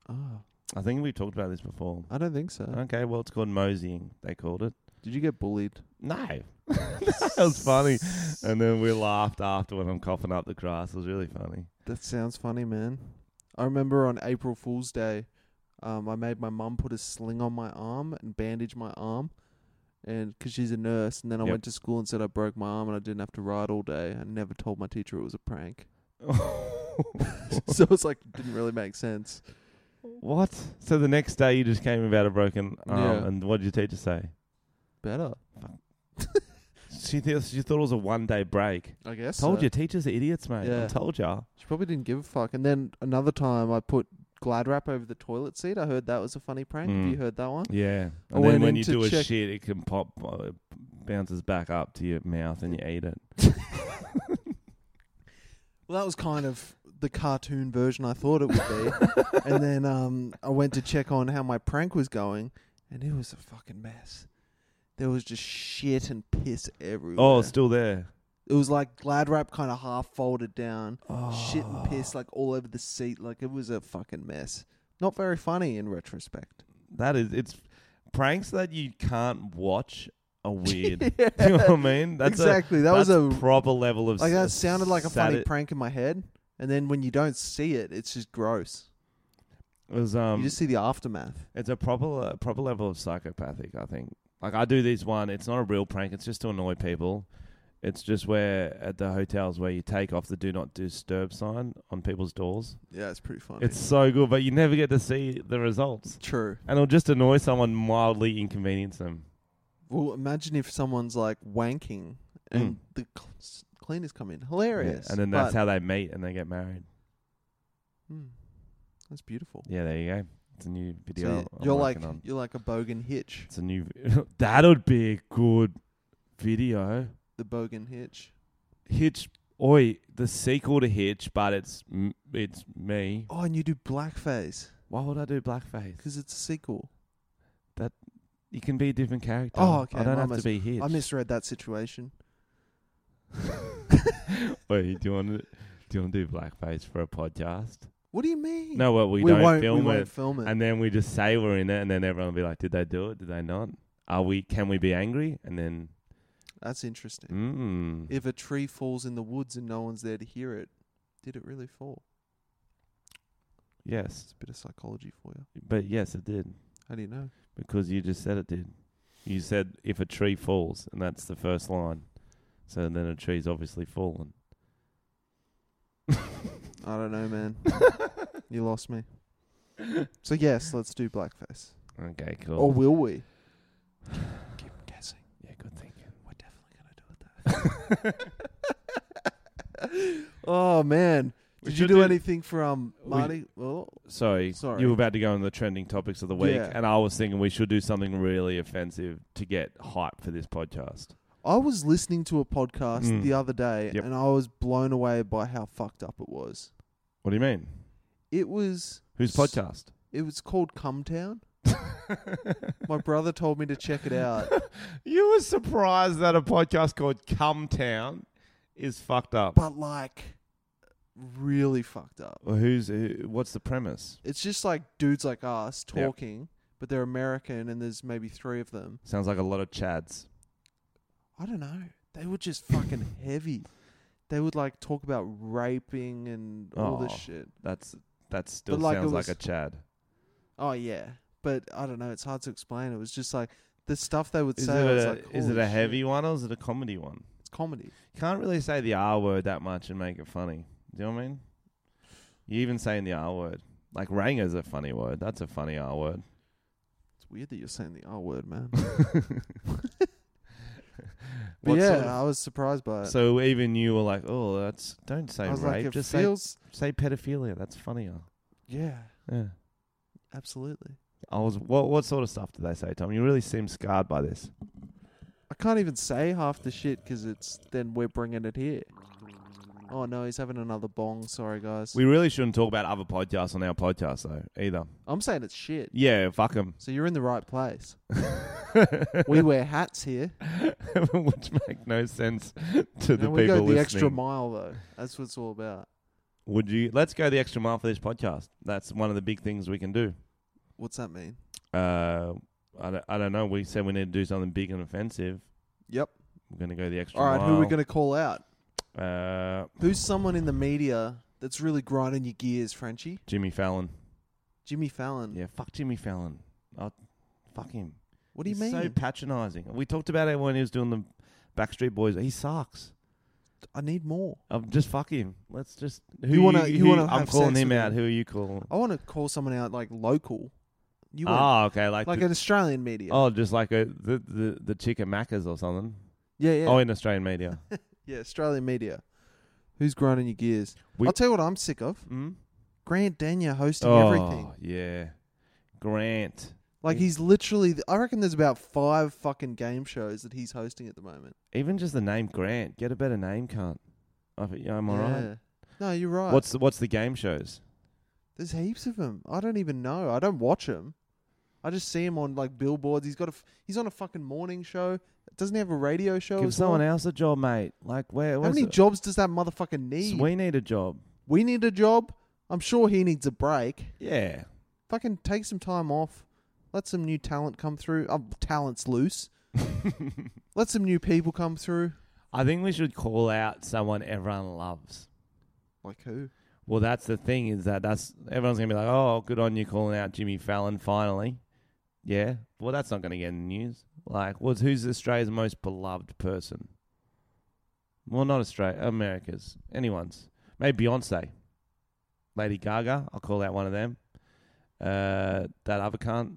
Speaker 2: Oh,
Speaker 3: I think we've talked about this before.
Speaker 2: I don't think so.
Speaker 3: Okay, well it's called moseying. They called it.
Speaker 2: Did you get bullied?
Speaker 3: No, that was funny. And then we laughed after when I'm coughing up the grass. It was really funny.
Speaker 2: That sounds funny, man. I remember on April Fool's Day, um, I made my mum put a sling on my arm and bandage my arm, and because she's a nurse. And then I
Speaker 3: Yep.
Speaker 2: went to school and said I broke my arm and I didn't have to ride all day. I never told my teacher it was a prank, so it's like didn't really make sense.
Speaker 3: what? So the next day you just came about a broken arm,
Speaker 2: Yeah.
Speaker 3: and what did your teacher say?
Speaker 2: Better,
Speaker 3: She, th- she thought it was a one day break.
Speaker 2: I guess.
Speaker 3: Told
Speaker 2: so.
Speaker 3: you, teachers are idiots, mate. I
Speaker 2: Yeah.
Speaker 3: told you.
Speaker 2: She probably didn't give a fuck. And then another time, I put Glad wrap over the toilet seat. I heard that was a funny prank.
Speaker 3: Mm.
Speaker 2: Have you heard that one?
Speaker 3: Yeah.
Speaker 2: I
Speaker 3: And then
Speaker 2: went
Speaker 3: when
Speaker 2: in
Speaker 3: you
Speaker 2: to
Speaker 3: do a
Speaker 2: check-
Speaker 3: shit, it can pop, uh, it bounces back up to your mouth and you eat it.
Speaker 2: Well, that was kind of the cartoon version I thought it would be. and then um, I went to check on how my prank was going, and it was a fucking mess. There was just shit and piss everywhere.
Speaker 3: Oh, it's still there.
Speaker 2: it was like glad wrap kind of half folded down, Oh. shit and piss
Speaker 3: Ah.
Speaker 2: like all over the seat. Like it was a fucking mess. Not very funny in retrospect.
Speaker 3: That is, it's pranks that you can't watch are weird. you know what I mean? That's a,
Speaker 2: exactly. that was
Speaker 3: that's
Speaker 2: a
Speaker 3: proper level of
Speaker 2: like that
Speaker 3: s-
Speaker 2: sounded like a funny
Speaker 3: sati-
Speaker 2: prank in my head, and then when you don't see it, it's just gross.
Speaker 3: It was, um,
Speaker 2: you just see the aftermath.
Speaker 3: It's a proper uh, proper level of psychopathic, I think. Like I do these one, it's not a real prank, it's just to annoy people. It's just where at the hotels where you take off the do not disturb sign on people's doors.
Speaker 2: Yeah, it's pretty funny.
Speaker 3: It's so good, but you never get to see the results.
Speaker 2: True.
Speaker 3: And it'll just annoy someone mildly inconvenience them.
Speaker 2: Well, imagine if someone's like wanking and
Speaker 3: Mm.
Speaker 2: the cl- s- cleaners come in. Hilarious.
Speaker 3: And then that's
Speaker 2: but-
Speaker 3: how they meet and they get married.
Speaker 2: Hmm. that's beautiful.
Speaker 3: Yeah, there you go. It's a new
Speaker 2: So
Speaker 3: video.
Speaker 2: y-
Speaker 3: I'm
Speaker 2: you're like
Speaker 3: working on.
Speaker 2: you're like a bogan hitch.
Speaker 3: it's a new that would be a good video.
Speaker 2: The bogan hitch.
Speaker 3: Hitch oi, the sequel to Hitch, but it's m- it's me.
Speaker 2: Oh, and you do blackface
Speaker 3: Why would I do blackface?
Speaker 2: because it's a sequel.
Speaker 3: You can be a different character.
Speaker 2: Oh, okay,
Speaker 3: I don't
Speaker 2: I
Speaker 3: have to
Speaker 2: mis-
Speaker 3: be Hitch.
Speaker 2: I misread that situation.
Speaker 3: Wait, do you want to do you want to do blackface for a podcast?
Speaker 2: What do you mean?
Speaker 3: No, well we,
Speaker 2: we
Speaker 3: don't
Speaker 2: won't.
Speaker 3: film
Speaker 2: we
Speaker 3: it,
Speaker 2: won't film it.
Speaker 3: and then we just say we're in it, and then everyone will be like, "Did they do it? Did they not? Are we? Can we be angry?" And then,
Speaker 2: That's interesting.
Speaker 3: mm,
Speaker 2: If a tree falls in the woods and no one's there to hear it, did it really fall?
Speaker 3: yes,
Speaker 2: It's a bit of psychology for you.
Speaker 3: but yes, it did
Speaker 2: How do you know?
Speaker 3: because you just said it did. You said if a tree falls, and that's the first line. So then a tree's obviously fallen.
Speaker 2: I don't know, man. you lost me. So yes, let's do blackface.
Speaker 3: Okay, cool.
Speaker 2: Or will we? Keep guessing.
Speaker 3: yeah, good thinking.
Speaker 2: We're definitely gonna do it. Though. oh man,
Speaker 3: We
Speaker 2: did you
Speaker 3: should
Speaker 2: do,
Speaker 3: do-
Speaker 2: anything for um
Speaker 3: we-
Speaker 2: Marty? Well,
Speaker 3: Sorry,
Speaker 2: Sorry.
Speaker 3: you were about to go on the trending topics of the week,
Speaker 2: Yeah.
Speaker 3: and I was thinking we should do something really offensive to get hype for this podcast.
Speaker 2: I was listening to a podcast
Speaker 3: Mm.
Speaker 2: the other day,
Speaker 3: Yep.
Speaker 2: and I was blown away by how fucked up it was.
Speaker 3: What do you mean?
Speaker 2: It was
Speaker 3: Whose
Speaker 2: S-
Speaker 3: podcast?
Speaker 2: it was called Cumtown. My brother told me to check it out,
Speaker 3: You were surprised that a podcast called Come Town is fucked up.
Speaker 2: but like really fucked up.
Speaker 3: Well, who's who, what's the premise?
Speaker 2: It's just like dudes like us
Speaker 3: Yep.
Speaker 2: talking, but they're American and there's maybe three of them.
Speaker 3: Sounds like a lot of chads.
Speaker 2: I don't know. They were just fucking heavy. They would like talk about raping and all this
Speaker 3: Aw.
Speaker 2: shit.
Speaker 3: That's that still
Speaker 2: like, it
Speaker 3: sounds
Speaker 2: was-
Speaker 3: like a chad.
Speaker 2: Oh yeah, but I don't know. It's hard to explain. It was just like the stuff they would
Speaker 3: Is it,
Speaker 2: say. I was
Speaker 3: a,
Speaker 2: like,
Speaker 3: is it
Speaker 2: "Holy
Speaker 3: a
Speaker 2: shit."
Speaker 3: heavy one or is it a comedy one?
Speaker 2: It's comedy.
Speaker 3: You can't really say the R word that much and make it funny. Do you know what I mean? You even saying the R word. Like ranger's a funny word. That's a funny R word.
Speaker 2: It's weird that you're saying the R word, man. But
Speaker 3: What
Speaker 2: yeah,
Speaker 3: sort of-
Speaker 2: I was surprised by it.
Speaker 3: so even you were like, "Oh, that's don't say
Speaker 2: I was
Speaker 3: rape,
Speaker 2: like, it
Speaker 3: just say
Speaker 2: feels.
Speaker 3: Say pedophilia. That's funnier.
Speaker 2: yeah,
Speaker 3: Yeah.
Speaker 2: absolutely.
Speaker 3: I was. What what sort of stuff did they say, Tom? You really seem scarred by this.
Speaker 2: I can't even say half the shit 'cause it's then we're bringing it here. Oh no, he's having another bong. Sorry, guys.
Speaker 3: We really shouldn't talk about other podcasts on our podcast though, either.
Speaker 2: I'm saying it's shit.
Speaker 3: Yeah, fuck them.
Speaker 2: So you're in the right place. we wear hats here.
Speaker 3: Which make no sense to the
Speaker 2: Now
Speaker 3: people
Speaker 2: we go the
Speaker 3: listening.
Speaker 2: extra mile though. That's what it's all about.
Speaker 3: Would you? Let's go the extra mile for this podcast. That's one of the big things we can do.
Speaker 2: What's that mean?
Speaker 3: Uh, I don't, I don't know. We said we need to do something big and offensive.
Speaker 2: Yep.
Speaker 3: We're gonna go the extra
Speaker 2: All right,
Speaker 3: mile.
Speaker 2: who are we gonna call out?
Speaker 3: gonna? Uh,
Speaker 2: Who's someone in the media that's really grinding your gears, Frenchie?
Speaker 3: Jimmy Fallon.
Speaker 2: Jimmy Fallon.
Speaker 3: Yeah, fuck Jimmy Fallon. I'll, fuck him.
Speaker 2: What do you
Speaker 3: He's
Speaker 2: mean?
Speaker 3: So patronising. We talked about it when he was doing the Backstreet Boys. He sucks.
Speaker 2: I need more.
Speaker 3: I'm just fuck him. Let's just. Who
Speaker 2: You wanna-
Speaker 3: you-
Speaker 2: you
Speaker 3: who-
Speaker 2: wanna
Speaker 3: I'm
Speaker 2: have
Speaker 3: calling
Speaker 2: sex
Speaker 3: him
Speaker 2: with
Speaker 3: out.
Speaker 2: him.
Speaker 3: Who are you calling?
Speaker 2: I want to call someone out like local. You went,
Speaker 3: Ah, okay. Like,
Speaker 2: like
Speaker 3: the,
Speaker 2: an Australian media.
Speaker 3: oh, just like a the the, the chick at Macca's or something.
Speaker 2: yeah, yeah,
Speaker 3: Oh, in Australian media.
Speaker 2: yeah. Australian media. Who's grinding your gears?
Speaker 3: We-
Speaker 2: I'll tell you what I'm sick of.
Speaker 3: mm?
Speaker 2: Grant Daniel hosting
Speaker 3: Oh,
Speaker 2: everything.
Speaker 3: yeah. Grant.
Speaker 2: Like he's literally. I reckon there's about five fucking game shows that he's hosting at the moment.
Speaker 3: Even just the name Grant. Get a better name, cunt. I think- yeah, Am I right?
Speaker 2: Yeah. No, you're right.
Speaker 3: What's the, what's the game shows?
Speaker 2: There's heaps of them. I don't even know. I don't watch him. I just see him on like billboards. He's got a. F- he's on a fucking morning show. Doesn't he have a radio show?
Speaker 3: Give
Speaker 2: as
Speaker 3: someone
Speaker 2: well?
Speaker 3: else a job, mate. Like where?
Speaker 2: How
Speaker 3: where's
Speaker 2: many
Speaker 3: the-
Speaker 2: jobs does that motherfucker need?
Speaker 3: We need a job.
Speaker 2: We need a job. I'm sure he needs a break.
Speaker 3: Yeah.
Speaker 2: Fucking take some time off. Let some new talent come through. Um, talent's loose. Let some new people come through.
Speaker 3: I think we should call out someone everyone loves.
Speaker 2: Like who?
Speaker 3: Well, that's the thing is that that's everyone's gonna be like, oh, good on you calling out Jimmy Fallon finally. Yeah. Well, that's not gonna get in the news. Like, was who's Australia's most beloved person? Well, not Australia, America's, anyone's. Maybe Beyonce, Lady Gaga. I'll call out one of them. Uh, that other cunt.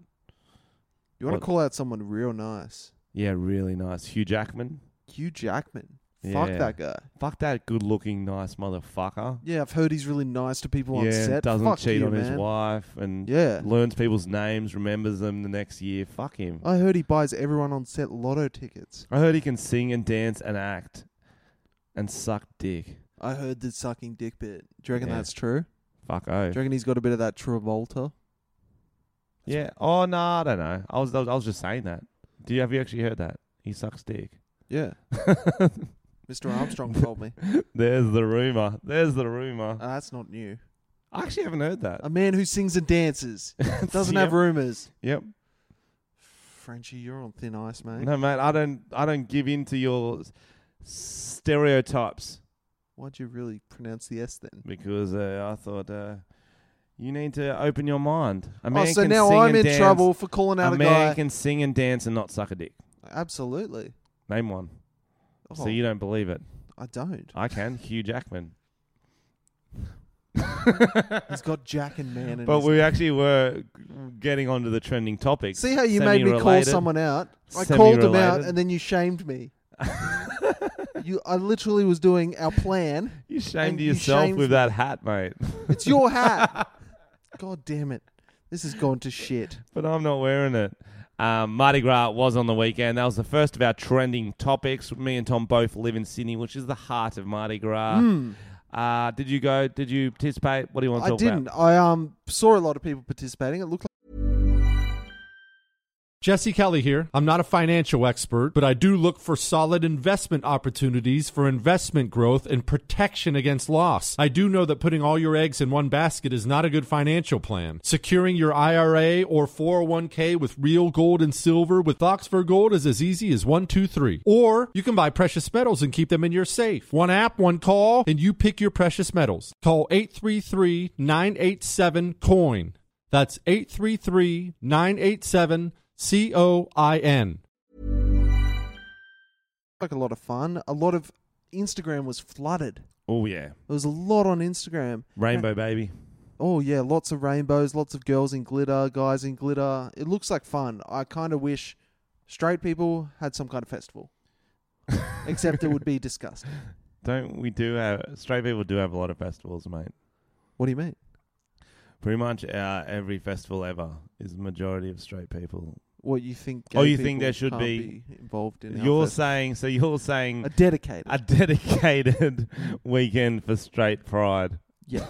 Speaker 2: You want
Speaker 3: What-
Speaker 2: to call out someone real nice?
Speaker 3: Yeah, really nice. Hugh Jackman.
Speaker 2: Hugh Jackman. Fuck
Speaker 3: Yeah.
Speaker 2: that guy.
Speaker 3: Fuck that good-looking, nice motherfucker.
Speaker 2: Yeah, I've heard he's really nice to people on
Speaker 3: yeah,
Speaker 2: set.
Speaker 3: doesn't
Speaker 2: Fuck
Speaker 3: cheat
Speaker 2: you,
Speaker 3: on his
Speaker 2: man.
Speaker 3: wife and
Speaker 2: Yeah.
Speaker 3: learns people's names, remembers them the next year. Fuck him.
Speaker 2: I heard he buys everyone on set lotto tickets.
Speaker 3: I heard he can sing and dance and act and suck dick.
Speaker 2: I heard the sucking dick bit. Do you reckon
Speaker 3: Yeah.
Speaker 2: that's true?
Speaker 3: Fuck
Speaker 2: Do
Speaker 3: oh.
Speaker 2: you reckon he's got a bit of that Travolta?
Speaker 3: yeah. Oh no, I don't know. I was I was I was just saying that. Do you have you actually heard that? He sucks dick.
Speaker 2: Yeah. Mr. Armstrong told me.
Speaker 3: There's the rumor. There's the rumor.
Speaker 2: Uh, that's not new.
Speaker 3: I actually haven't heard that.
Speaker 2: A man who sings and dances Um, doesn't have
Speaker 3: Yep.
Speaker 2: rumors.
Speaker 3: Yep.
Speaker 2: Frenchie, you're on thin ice, mate.
Speaker 3: No, mate. I don't. I don't give in to your s- stereotypes
Speaker 2: Why'd you really pronounce the S then?
Speaker 3: because uh, I thought uh, you need to open your mind. A man
Speaker 2: oh, so
Speaker 3: can
Speaker 2: now
Speaker 3: sing
Speaker 2: I'm
Speaker 3: and
Speaker 2: in
Speaker 3: dance.
Speaker 2: trouble for calling out
Speaker 3: A
Speaker 2: a,
Speaker 3: man
Speaker 2: guy.
Speaker 3: can sing and dance and not suck a dick.
Speaker 2: Absolutely.
Speaker 3: Name one.
Speaker 2: Oh,
Speaker 3: So you don't believe it.
Speaker 2: I don't.
Speaker 3: I can. Hugh Jackman.
Speaker 2: He's got Jack and Man. In
Speaker 3: But
Speaker 2: his
Speaker 3: we actually were getting onto the trending topic.
Speaker 2: See how you made me call
Speaker 3: Semi-related.
Speaker 2: someone out? I called them out
Speaker 3: Semi-related.
Speaker 2: and then you shamed me. you, I literally was doing our plan.
Speaker 3: You shamed
Speaker 2: And you
Speaker 3: yourself
Speaker 2: shamed
Speaker 3: with
Speaker 2: me.
Speaker 3: that hat, mate.
Speaker 2: It's your hat. God damn it. This has gone to shit.
Speaker 3: but I'm not wearing it. Um, Mardi Gras was on the weekend. That was the first of our trending topics. Me and Tom both live in Sydney, which is the heart of Mardi Gras.
Speaker 2: Hmm.
Speaker 3: Uh, did you go? Did you participate? What do you want to
Speaker 2: I
Speaker 3: talk
Speaker 2: didn't.
Speaker 3: about?
Speaker 2: I um saw a lot of people participating. It looked
Speaker 1: Jesse Kelly here. I'm not a financial expert, but I do look for solid investment opportunities for investment growth and protection against loss. I do know that putting all your eggs in one basket is not a good financial plan. Securing your IRA or 401k with real gold and silver with Oxford Gold is as easy as one, two, three. Or you can buy precious metals and keep them in your safe. One app, one call, and you pick your precious metals. Call 833 987 COIN. That's 833 987 C O I N.
Speaker 2: like a lot of fun. A lot of Instagram was flooded.
Speaker 3: Oh yeah,
Speaker 2: There was a lot on Instagram.
Speaker 3: rainbow baby.
Speaker 2: Oh yeah, lots of rainbows, lots of girls in glitter, guys in glitter. It looks like fun. I kind of wish straight people had some kind of festival. Except it would be disgusting.
Speaker 3: Don't we do have straight people do have a lot of festivals, mate.
Speaker 2: What do you mean?
Speaker 3: Pretty much uh, every festival ever is the majority of straight people.
Speaker 2: What you think?
Speaker 3: Oh,
Speaker 2: gay
Speaker 3: you think
Speaker 2: people
Speaker 3: there should
Speaker 2: can't
Speaker 3: be-
Speaker 2: involved in? our
Speaker 3: You're
Speaker 2: fest-
Speaker 3: saying so. You're saying
Speaker 2: a dedicated.
Speaker 3: a dedicated weekend for straight pride.
Speaker 2: yeah,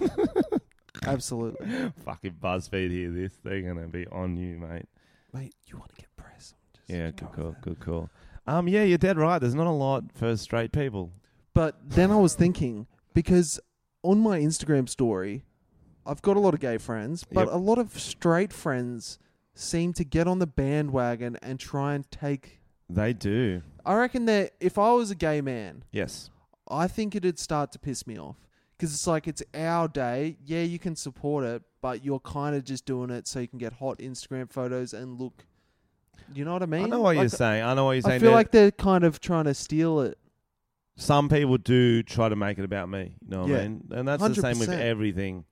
Speaker 2: absolutely,
Speaker 3: Fucking BuzzFeed hear this, they're gonna be on you, mate.
Speaker 2: mate. You want to get press? I'm just
Speaker 3: Yeah, good
Speaker 2: trying
Speaker 3: call,
Speaker 2: that.
Speaker 3: good call. Um, yeah, you're dead right. There's not a lot for straight people.
Speaker 2: But then I was thinking because on my Instagram story, I've got a lot of gay friends, but
Speaker 3: Yep.
Speaker 2: a lot of straight friends seem to get on the bandwagon and try and take.
Speaker 3: They do.
Speaker 2: I reckon that if I was a gay man,
Speaker 3: Yes.
Speaker 2: I think it'd start to piss me off because it's like it's our day. Yeah, you can support it, but you're kind of just doing it so you can get hot Instagram photos and look. You know what I mean?
Speaker 3: I know what
Speaker 2: Like,
Speaker 3: you're saying. I know what you're saying.
Speaker 2: I feel
Speaker 3: There-
Speaker 2: like they're kind of trying to steal it.
Speaker 3: some people do try to make it about me. You know what I
Speaker 2: Yeah.
Speaker 3: mean? And that's the same with
Speaker 2: 100%.
Speaker 3: everything.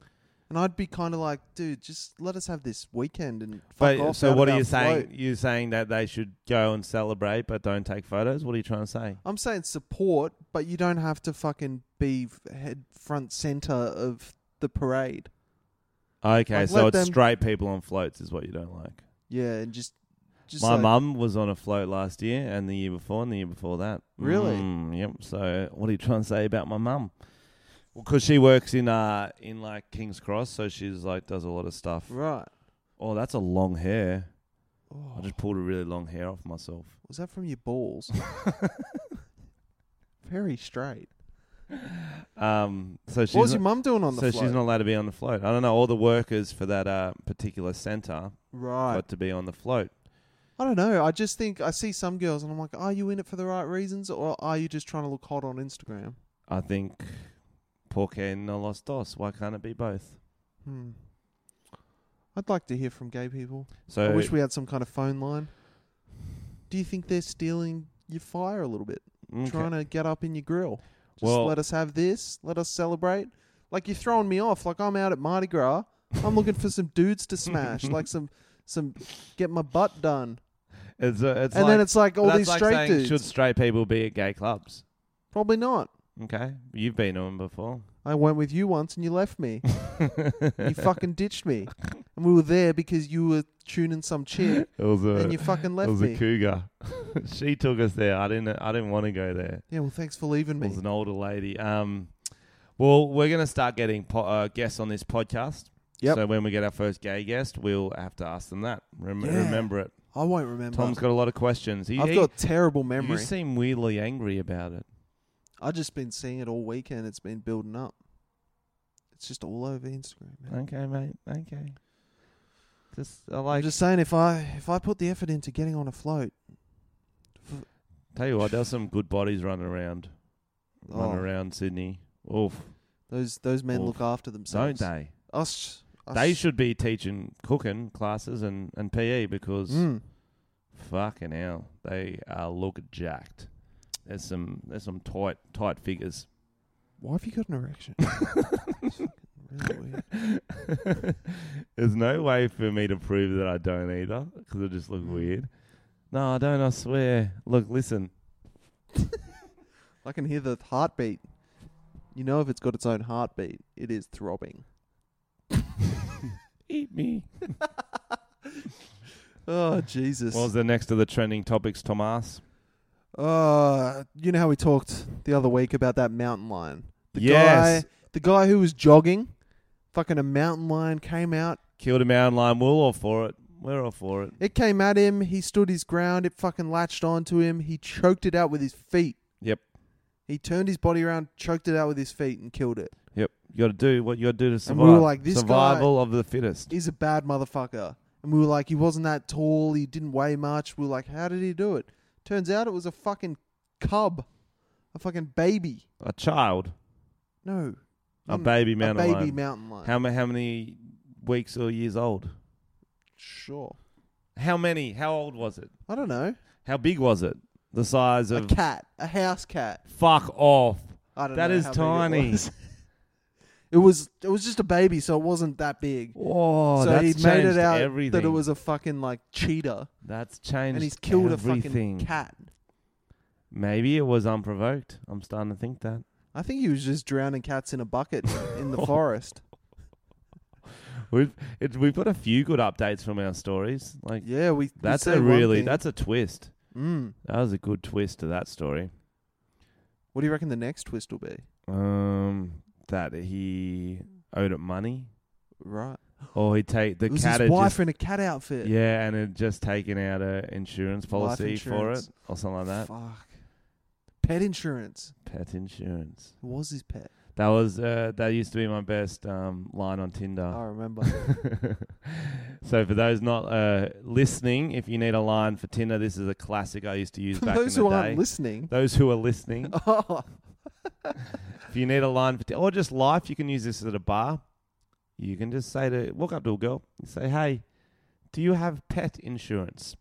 Speaker 2: And I'd be kind of like, dude, just let us have this weekend and fuck
Speaker 3: But
Speaker 2: off.
Speaker 3: so
Speaker 2: out
Speaker 3: what
Speaker 2: of
Speaker 3: are you
Speaker 2: our
Speaker 3: saying?
Speaker 2: float."
Speaker 3: You're saying that they should go and celebrate but don't take photos? What are you trying to say?
Speaker 2: I'm saying support, but you don't have to fucking be f- head front center of the parade.
Speaker 3: Okay,
Speaker 2: Like,
Speaker 3: so
Speaker 2: let
Speaker 3: it's
Speaker 2: them-
Speaker 3: straight people on floats is what you don't like.
Speaker 2: Yeah, and just, just
Speaker 3: My
Speaker 2: like,
Speaker 3: mum was on a float last year, and the year before, and the year before that.
Speaker 2: Really?
Speaker 3: Mm, yep. So, what are you trying to say about my mum? Well, because she works in uh in like King's Cross, so she's like does a lot of stuff.
Speaker 2: right?
Speaker 3: Oh, that's a long hair. I
Speaker 2: Oh,
Speaker 3: just pulled a really long hair off myself.
Speaker 2: was that from your balls? Very straight.
Speaker 3: Um, so she's
Speaker 2: what was
Speaker 3: not-
Speaker 2: your mum doing on the
Speaker 3: so
Speaker 2: float?
Speaker 3: she's not allowed to be on the float. I don't know. All the workers for that uh particular centre
Speaker 2: right.
Speaker 3: got to be on the float.
Speaker 2: I don't know. I just think I see some girls, and I'm like, are you in it for the right reasons, or are you just trying to look hot on Instagram?
Speaker 3: I think. Porque no los dos. Why can't it be both?
Speaker 2: Hmm. I'd like to hear from gay people.
Speaker 3: So
Speaker 2: I wish we had some kind of phone line. Do you think they're stealing your fire a little bit?
Speaker 3: Okay.
Speaker 2: Trying to get up in your grill. Just
Speaker 3: Well-
Speaker 2: let us have this. Let us celebrate. Like you're throwing me off. Like I'm out at Mardi Gras. I'm looking for some dudes to smash. Like some some get my butt done.
Speaker 3: It's a, it's
Speaker 2: and
Speaker 3: like,
Speaker 2: then it's like all
Speaker 3: that's
Speaker 2: these
Speaker 3: like
Speaker 2: straight
Speaker 3: saying,
Speaker 2: dudes.
Speaker 3: Should straight people be at gay clubs?
Speaker 2: Probably not.
Speaker 3: Okay, you've been to them before.
Speaker 2: I went with you once and you left me. you fucking ditched me. And we were there because you were tuning some chick
Speaker 3: It was a
Speaker 2: and you fucking left me.
Speaker 3: cougar. she took us there. I didn't I didn't want to go there.
Speaker 2: Yeah, well thanks for leaving
Speaker 3: It
Speaker 2: me.
Speaker 3: was an older lady. Um, well, we're gonna start getting po- uh, guests on this podcast.
Speaker 2: Yep.
Speaker 3: So when we get our first gay guest, we'll have to ask them that. Rem-
Speaker 2: Yeah.
Speaker 3: Remember it.
Speaker 2: I won't remember.
Speaker 3: Tom's got a lot of questions. He,
Speaker 2: I've
Speaker 3: he-
Speaker 2: got terrible memory.
Speaker 3: You seem weirdly angry about it.
Speaker 2: I've just been seeing it all weekend. It's been building up. It's just all over Instagram. Man.
Speaker 3: Okay, mate. Okay. Just I
Speaker 2: I'm
Speaker 3: like.
Speaker 2: just saying, if I if I put the effort into getting on a float, f-
Speaker 3: tell you what, there's some good bodies running around, running
Speaker 2: Oh.
Speaker 3: around Sydney. Oof,
Speaker 2: those those men
Speaker 3: Oof.
Speaker 2: look after
Speaker 3: don't
Speaker 2: themselves.
Speaker 3: they?
Speaker 2: Us, us
Speaker 3: They should be teaching cooking classes and, and PE because
Speaker 2: Mm.
Speaker 3: fucking hell, they are look jacked. There's some there's some tight tight figures.
Speaker 2: Why have you got an erection? It's fucking really weird.
Speaker 3: There's no way for me to prove that I don't either because it just look weird. No, I don't. I swear. Look, listen.
Speaker 2: I can hear the heartbeat. You know, if it's got its own heartbeat, it is throbbing.
Speaker 3: Eat me.
Speaker 2: Oh Jesus!
Speaker 3: What was the next of the trending topics, Tomas?
Speaker 2: Uh, you know how we talked the other week about that mountain lion. The
Speaker 3: Yes.
Speaker 2: guy, the guy who was jogging, fucking a mountain lion came out.
Speaker 3: Killed a mountain lion. We're all for it. We're all for it.
Speaker 2: It came at him. He stood his ground. It fucking latched onto him. He choked it out with his feet.
Speaker 3: Yep.
Speaker 2: He turned his body around, choked it out with his feet, and killed it.
Speaker 3: Yep. You got to do what you got to do to
Speaker 2: And
Speaker 3: survive.
Speaker 2: we were like, this guy-
Speaker 3: Survival of the fittest.
Speaker 2: He's a bad motherfucker. And we were like, he wasn't that tall. He didn't weigh much. We were like, how did he do it? Turns out it was a fucking cub, a fucking baby.
Speaker 3: A child.
Speaker 2: No,
Speaker 3: A
Speaker 2: Mm,
Speaker 3: baby mountain
Speaker 2: a baby
Speaker 3: lion.
Speaker 2: mountain lion.
Speaker 3: how, ma- how many weeks or years old?
Speaker 2: sure.
Speaker 3: How many? How old was it?
Speaker 2: I don't know.
Speaker 3: How big was it? The size
Speaker 2: a
Speaker 3: of.
Speaker 2: cat, a house cat.
Speaker 3: Fuck off.
Speaker 2: I don't
Speaker 3: That
Speaker 2: know
Speaker 3: is
Speaker 2: how big It
Speaker 3: tiny.
Speaker 2: was. it was it was just a baby, so it wasn't that big.
Speaker 3: Oh,
Speaker 2: so
Speaker 3: that's
Speaker 2: he made it
Speaker 3: changed
Speaker 2: out
Speaker 3: everything.
Speaker 2: that it was a fucking like cheetah,
Speaker 3: That's changed.
Speaker 2: and he's killed
Speaker 3: everything.
Speaker 2: a fucking cat.
Speaker 3: Maybe it was unprovoked. I'm starting to think that.
Speaker 2: I think he was just drowning cats in a bucket in the forest.
Speaker 3: We've it, we've got a few good updates from our stories. Like
Speaker 2: Yeah, we. we
Speaker 3: that's
Speaker 2: say
Speaker 3: a
Speaker 2: one
Speaker 3: really
Speaker 2: thing.
Speaker 3: that's a twist.
Speaker 2: Mm.
Speaker 3: That was a good twist to that story.
Speaker 2: What do you reckon the next twist will be?
Speaker 3: Um, that he owed it money,
Speaker 2: Right,
Speaker 3: or he take the
Speaker 2: it was
Speaker 3: cat
Speaker 2: his
Speaker 3: had
Speaker 2: wife
Speaker 3: just,
Speaker 2: in a cat outfit.
Speaker 3: yeah, and had just taken out a insurance policy
Speaker 2: insurance.
Speaker 3: for it or something like that.
Speaker 2: Fuck. Pet insurance.
Speaker 3: Pet insurance.
Speaker 2: Who was his pet?
Speaker 3: That was uh, that used to be my best um, line on
Speaker 2: I
Speaker 3: Tinder.
Speaker 2: remember.
Speaker 3: so for those not uh, listening, if you need a line for Tinder, this is a classic I used to use
Speaker 2: For
Speaker 3: back
Speaker 2: those
Speaker 3: in the
Speaker 2: who
Speaker 3: day.
Speaker 2: aren't listening.
Speaker 3: those who are listening,
Speaker 2: Oh,
Speaker 3: if you need a line for t- or just life, you can use this at a bar. You can just say to walk up to a girl and say, "Hey, do you have pet insurance?"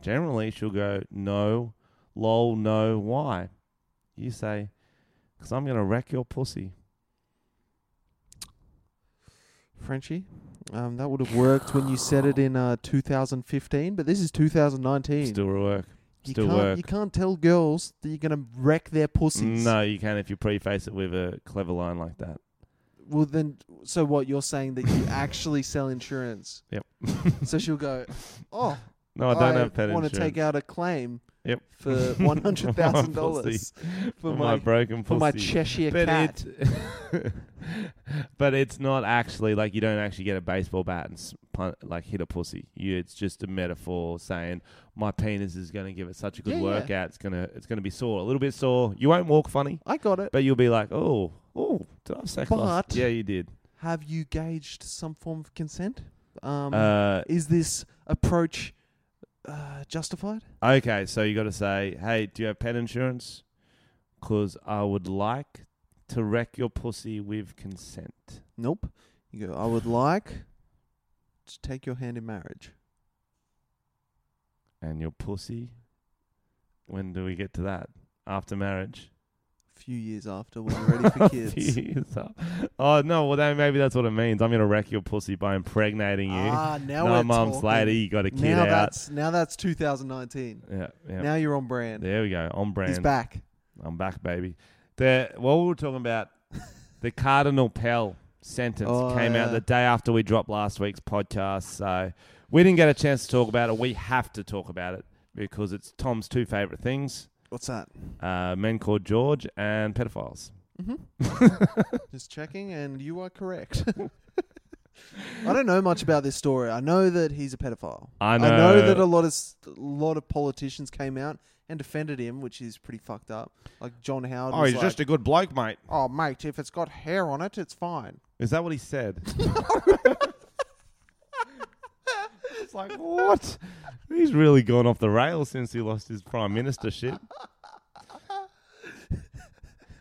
Speaker 3: Generally, she'll go, "No, lol, no, why?" You say, "Cause I'm gonna wreck your pussy."
Speaker 2: Frenchie. Um, that would have worked when you said it in uh, 2015, but this is 2019.
Speaker 3: Still work.
Speaker 2: you
Speaker 3: Still
Speaker 2: can't,
Speaker 3: work.
Speaker 2: You can't tell girls that you're going to wreck their pussies.
Speaker 3: No, you can if you preface it with a clever line like that.
Speaker 2: Well, then, so what? You're saying that you actually sell insurance.
Speaker 3: Yep.
Speaker 2: So she'll go, oh,
Speaker 3: No, I don't have pet
Speaker 2: want
Speaker 3: insurance.
Speaker 2: to take out a claim
Speaker 3: Yep.
Speaker 2: for $100,000
Speaker 3: for
Speaker 2: for
Speaker 3: my
Speaker 2: my,
Speaker 3: broken
Speaker 2: for my
Speaker 3: pussy.
Speaker 2: Cheshire
Speaker 3: but
Speaker 2: cat.
Speaker 3: it, but it's not actually like you don't actually get a baseball bat and s- pun, like hit a pussy. You, it's just a metaphor saying my penis is going to give it such a good
Speaker 2: Yeah, yeah.
Speaker 3: workout. It's gonna, it's gonna be sore, a little bit sore. You won't walk funny,
Speaker 2: I got it.
Speaker 3: but you'll be like, oh, oh, did I have sex last?
Speaker 2: But-
Speaker 3: Yeah, you did.
Speaker 2: Have you gauged some form of consent? Um,
Speaker 3: uh,
Speaker 2: is this approach uh, justified?
Speaker 3: Okay, so you got to say, hey, do you have pet insurance? Because I would like to wreck your pussy with consent.
Speaker 2: Nope. You go, I would like to take your hand in marriage.
Speaker 3: And your pussy? When do we get to that? After marriage?
Speaker 2: A few years after when you're ready for kids.
Speaker 3: Jeez. oh, no, well, then maybe that's what it means. I'm going to wreck your pussy by impregnating you.
Speaker 2: ah, now we're
Speaker 3: Nine months
Speaker 2: talking.
Speaker 3: later, you got a kid
Speaker 2: Now
Speaker 3: out.
Speaker 2: that's now that's 2019.
Speaker 3: yeah, yeah.
Speaker 2: Now you're on brand.
Speaker 3: there we go. On brand.
Speaker 2: He's back.
Speaker 3: I'm back, baby. The what we were talking about, the Cardinal Pell sentence
Speaker 2: Oh,
Speaker 3: came out
Speaker 2: yeah.
Speaker 3: the day after we dropped last week's podcast, so we didn't get a chance to talk about it. We have to talk about it because it's Tom's two favorite things:
Speaker 2: What's that?
Speaker 3: uh, men called George and pedophiles.
Speaker 2: hmm Just checking, and you are correct. I don't know much about this story. I know that he's a pedophile.
Speaker 3: I know.
Speaker 2: I that a lot of s- a lot of politicians came out and defended him, which is pretty fucked up. Like John Howard.
Speaker 3: oh,
Speaker 2: was
Speaker 3: he's
Speaker 2: like,
Speaker 3: just a good bloke, mate.
Speaker 2: Oh, mate, if it's got hair on it, it's fine.
Speaker 3: Is that what he said? it's like what? He's really gone off the rails since he lost his prime ministership.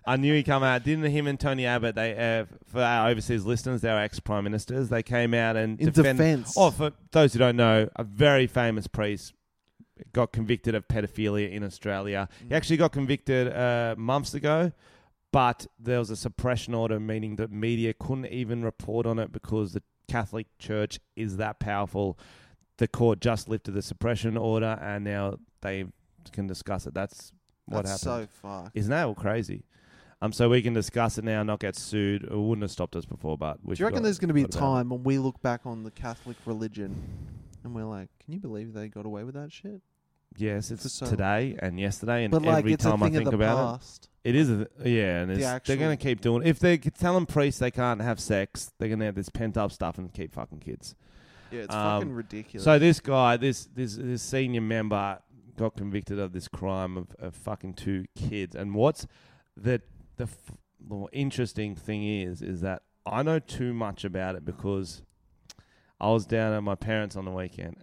Speaker 3: I knew he come out. Didn't him and Tony Abbott? They uh, for our overseas listeners, they're ex prime ministers. They came out and
Speaker 2: In
Speaker 3: defend-
Speaker 2: defense.
Speaker 3: Oh, for those who don't know, a very famous priest got convicted of pedophilia in Australia. He
Speaker 2: Mm.
Speaker 3: actually got convicted uh, months ago, but there was a suppression order, meaning that media couldn't even report on it because the Catholic Church is that powerful. The court just lifted the suppression order, and now they can discuss it. That's what
Speaker 2: That's
Speaker 3: happened.
Speaker 2: so fucked.
Speaker 3: Isn't that all crazy? Um, so we can discuss it now, not get sued. It wouldn't have stopped us before, but we
Speaker 2: Do you reckon
Speaker 3: forgot-
Speaker 2: there's going to be a
Speaker 3: forgot about
Speaker 2: time when we look back on the Catholic religion and we're like, can you believe they got away with that shit?
Speaker 3: it. Yes,
Speaker 2: for
Speaker 3: it's
Speaker 2: so-
Speaker 3: today and yesterday, and
Speaker 2: but like,
Speaker 3: every
Speaker 2: it's
Speaker 3: time
Speaker 2: a
Speaker 3: I
Speaker 2: thing
Speaker 3: think
Speaker 2: of the
Speaker 3: about it,
Speaker 2: past.
Speaker 3: It is, a, yeah, and it's,
Speaker 2: actual-
Speaker 3: they're going to keep doing. If they could tell them priests they can't have sex, they're going to have this pent up stuff and keep fucking kids.
Speaker 2: Yeah, it's
Speaker 3: Um,
Speaker 2: fucking ridiculous.
Speaker 3: So this guy, this this this senior member, got convicted of this crime of, of fucking two kids. And what's the the, f- the more interesting thing is is that I know too much about it because I was down at my parents on the weekend.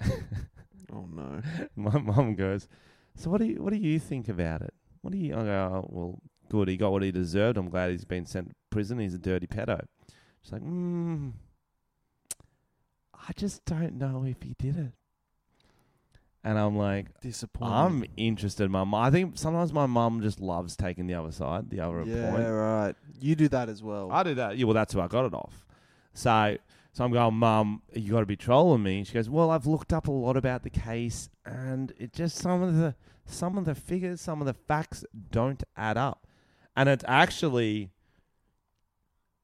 Speaker 2: oh no.
Speaker 3: my mum goes, "So what do you what do you think about it? What do you?" I go, oh, "Well, good. He got what he deserved. I'm glad he's been sent to prison. He's a dirty pedo." She's like, "Hmm, I just don't know if he did it." And I'm like,
Speaker 2: Disappointing.
Speaker 3: "I'm interested, mum. I think sometimes my mum just loves taking the other side, the other
Speaker 2: yeah,
Speaker 3: point."
Speaker 2: right. You do that as well.
Speaker 3: I did that. Yeah, well, that's who I got it off. So, so I'm going, Mum, you got to be trolling me. She goes, Well, I've looked up a lot about the case, and it just some of the some of the figures, some of the facts don't add up, and it's actually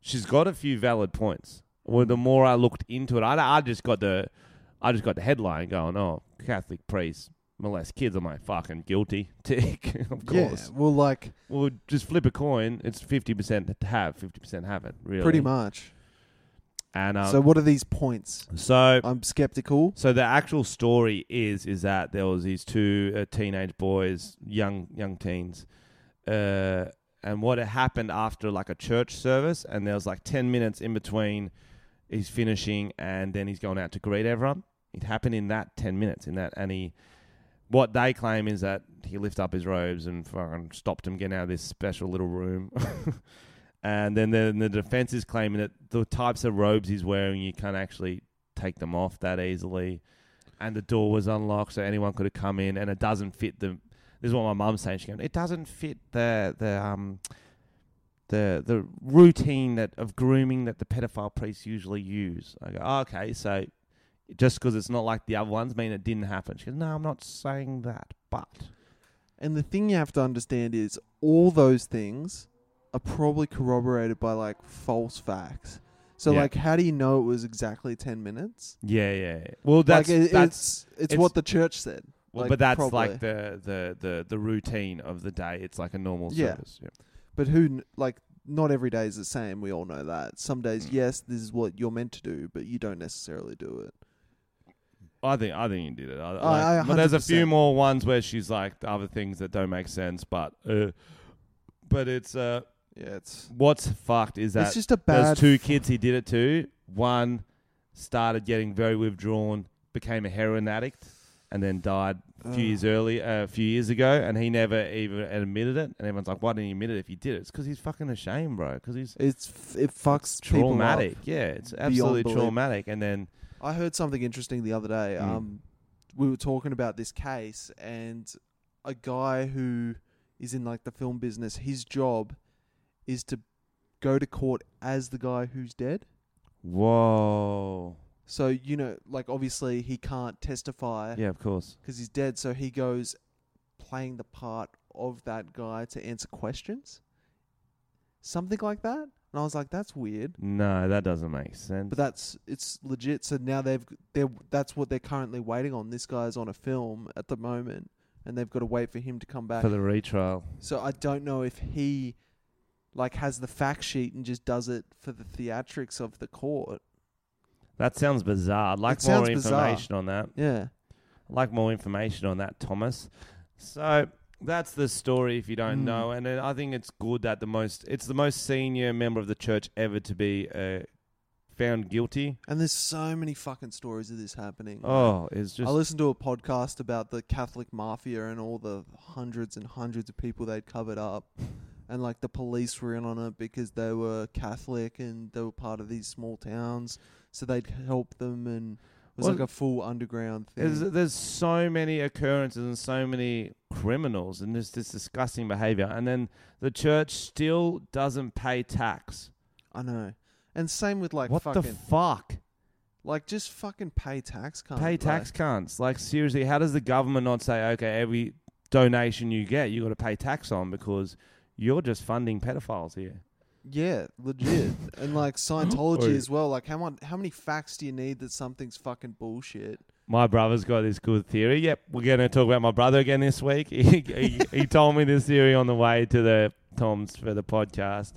Speaker 3: she's got a few valid points. Well, the more I looked into it, I, I just got the I just got the headline going, Oh, Catholic priest molest kids. I'm like, fucking guilty. Tick, of
Speaker 2: yeah,
Speaker 3: course.
Speaker 2: well, like,
Speaker 3: Well, just flip a coin. It's fifty percent to have, fifty percent haven't. Really,
Speaker 2: pretty much.
Speaker 3: And um,
Speaker 2: so, what are these points?
Speaker 3: so,
Speaker 2: I'm skeptical.
Speaker 3: so the actual story is is that there was these two uh, teenage boys, young young teens, uh, and what had happened after like a church service, and there was like ten minutes in between. He's finishing, and then he's going out to greet everyone. It happened in that ten minutes. In that, and he, what they claim is that he lifted up his robes and fucking stopped him getting out of this special little room. and then the, the defense is claiming that the types of robes he's wearing, you can't actually take them off that easily. And the door was unlocked, so anyone could have come in, and it doesn't fit the. This is what my mum's saying. She goes, "It doesn't fit the the um the the routine that of grooming that the pedophile priests usually use." I go, oh, "Okay, so just because it's not like the other ones, mean it didn't happen." She goes, "No, I'm not saying that, but
Speaker 2: And the thing you have to understand is all those things are probably corroborated by like false facts. So,
Speaker 3: Yeah.
Speaker 2: like, how do you know it was exactly 10 minutes?
Speaker 3: yeah, yeah." yeah. Well, that's
Speaker 2: like, it-
Speaker 3: that's
Speaker 2: it's, it's
Speaker 3: it's-
Speaker 2: what the church said.
Speaker 3: well,
Speaker 2: like,
Speaker 3: but that's
Speaker 2: probably.
Speaker 3: like the, the the the routine of the day. It's like a normal
Speaker 2: Yeah.
Speaker 3: service. Yeah.
Speaker 2: But who, kn- like, not every day is the same. We all know that. Some days,
Speaker 3: Hmm.
Speaker 2: yes, this is what you're meant to do, but you don't necessarily do it.
Speaker 3: I think I think you did it.
Speaker 2: Oh,
Speaker 3: I,
Speaker 2: I-
Speaker 3: like- but there's a
Speaker 2: 100%.
Speaker 3: few more ones where she's like other things that don't make sense, but uh, but it's uh,
Speaker 2: Yeah, it's
Speaker 3: what's fucked is that
Speaker 2: it's just a bad.
Speaker 3: there's two kids he did it to. One started getting very withdrawn, became a heroin addict, and then died a few
Speaker 2: Ugh.
Speaker 3: years early, uh, a few years ago, and he never even admitted it. And everyone's like, "Why didn't he admit it if he did it?" It's because he's fucking ashamed, bro. Because he's
Speaker 2: It's f- it fucks people up.
Speaker 3: traumatic. Yeah, it's absolutely
Speaker 2: belief.
Speaker 3: traumatic. And then
Speaker 2: I heard something interesting the other day.
Speaker 3: Mm.
Speaker 2: Um, we were talking about this case, and a guy who is in like the film business, his job is to go to court as the guy who's dead.
Speaker 3: whoa,
Speaker 2: So you know, like obviously he can't testify
Speaker 3: yeah, of course.
Speaker 2: because he's dead. So he goes playing the part of that guy to answer questions, something like that. And I was like, that's weird.
Speaker 3: No, that doesn't make sense.
Speaker 2: But that's it's legit. So now they've they are that's what they're currently waiting on. This guy's on a film at the moment, and they've got to wait for him to come back.
Speaker 3: for the retrial.
Speaker 2: so I don't know if he like has the fact sheet and just does it for the theatrics of the court.
Speaker 3: That sounds bizarre. I'd like
Speaker 2: It
Speaker 3: more
Speaker 2: sounds bizarre.
Speaker 3: information on that.
Speaker 2: Yeah.
Speaker 3: I'd like more information on that, Thomas. So that's the story if you don't
Speaker 2: Mm.
Speaker 3: know. And then I think it's good that the most it's the most senior member of the church ever to be uh, found guilty.
Speaker 2: And there's so many fucking stories of this happening.
Speaker 3: Oh, it's just
Speaker 2: I listened to a podcast about the Catholic mafia and all the hundreds and hundreds of people they'd covered up. And like the police were in on it because they were Catholic and they were part of these small towns. So they'd help them and it was
Speaker 3: Well,
Speaker 2: like a full underground
Speaker 3: There's,
Speaker 2: thing.
Speaker 3: there's so many occurrences and so many criminals and just this disgusting behavior. And then the church still doesn't pay tax.
Speaker 2: I know. And same with like
Speaker 3: what
Speaker 2: fucking
Speaker 3: the fuck?
Speaker 2: like just fucking pay tax cunt.
Speaker 3: Pay
Speaker 2: like,
Speaker 3: tax cunts. Like, seriously, how does the government not say, okay, every donation you get, you got to pay tax on because you're just funding pedophiles here?
Speaker 2: Yeah, legit. and like Scientology
Speaker 3: Oi.
Speaker 2: as well. Like how much how many facts do you need that something's fucking bullshit?
Speaker 3: My brother's got this good theory. Yep, we're going to talk about my brother again this week. He, he, he told me this theory on the way to the Toms for the podcast.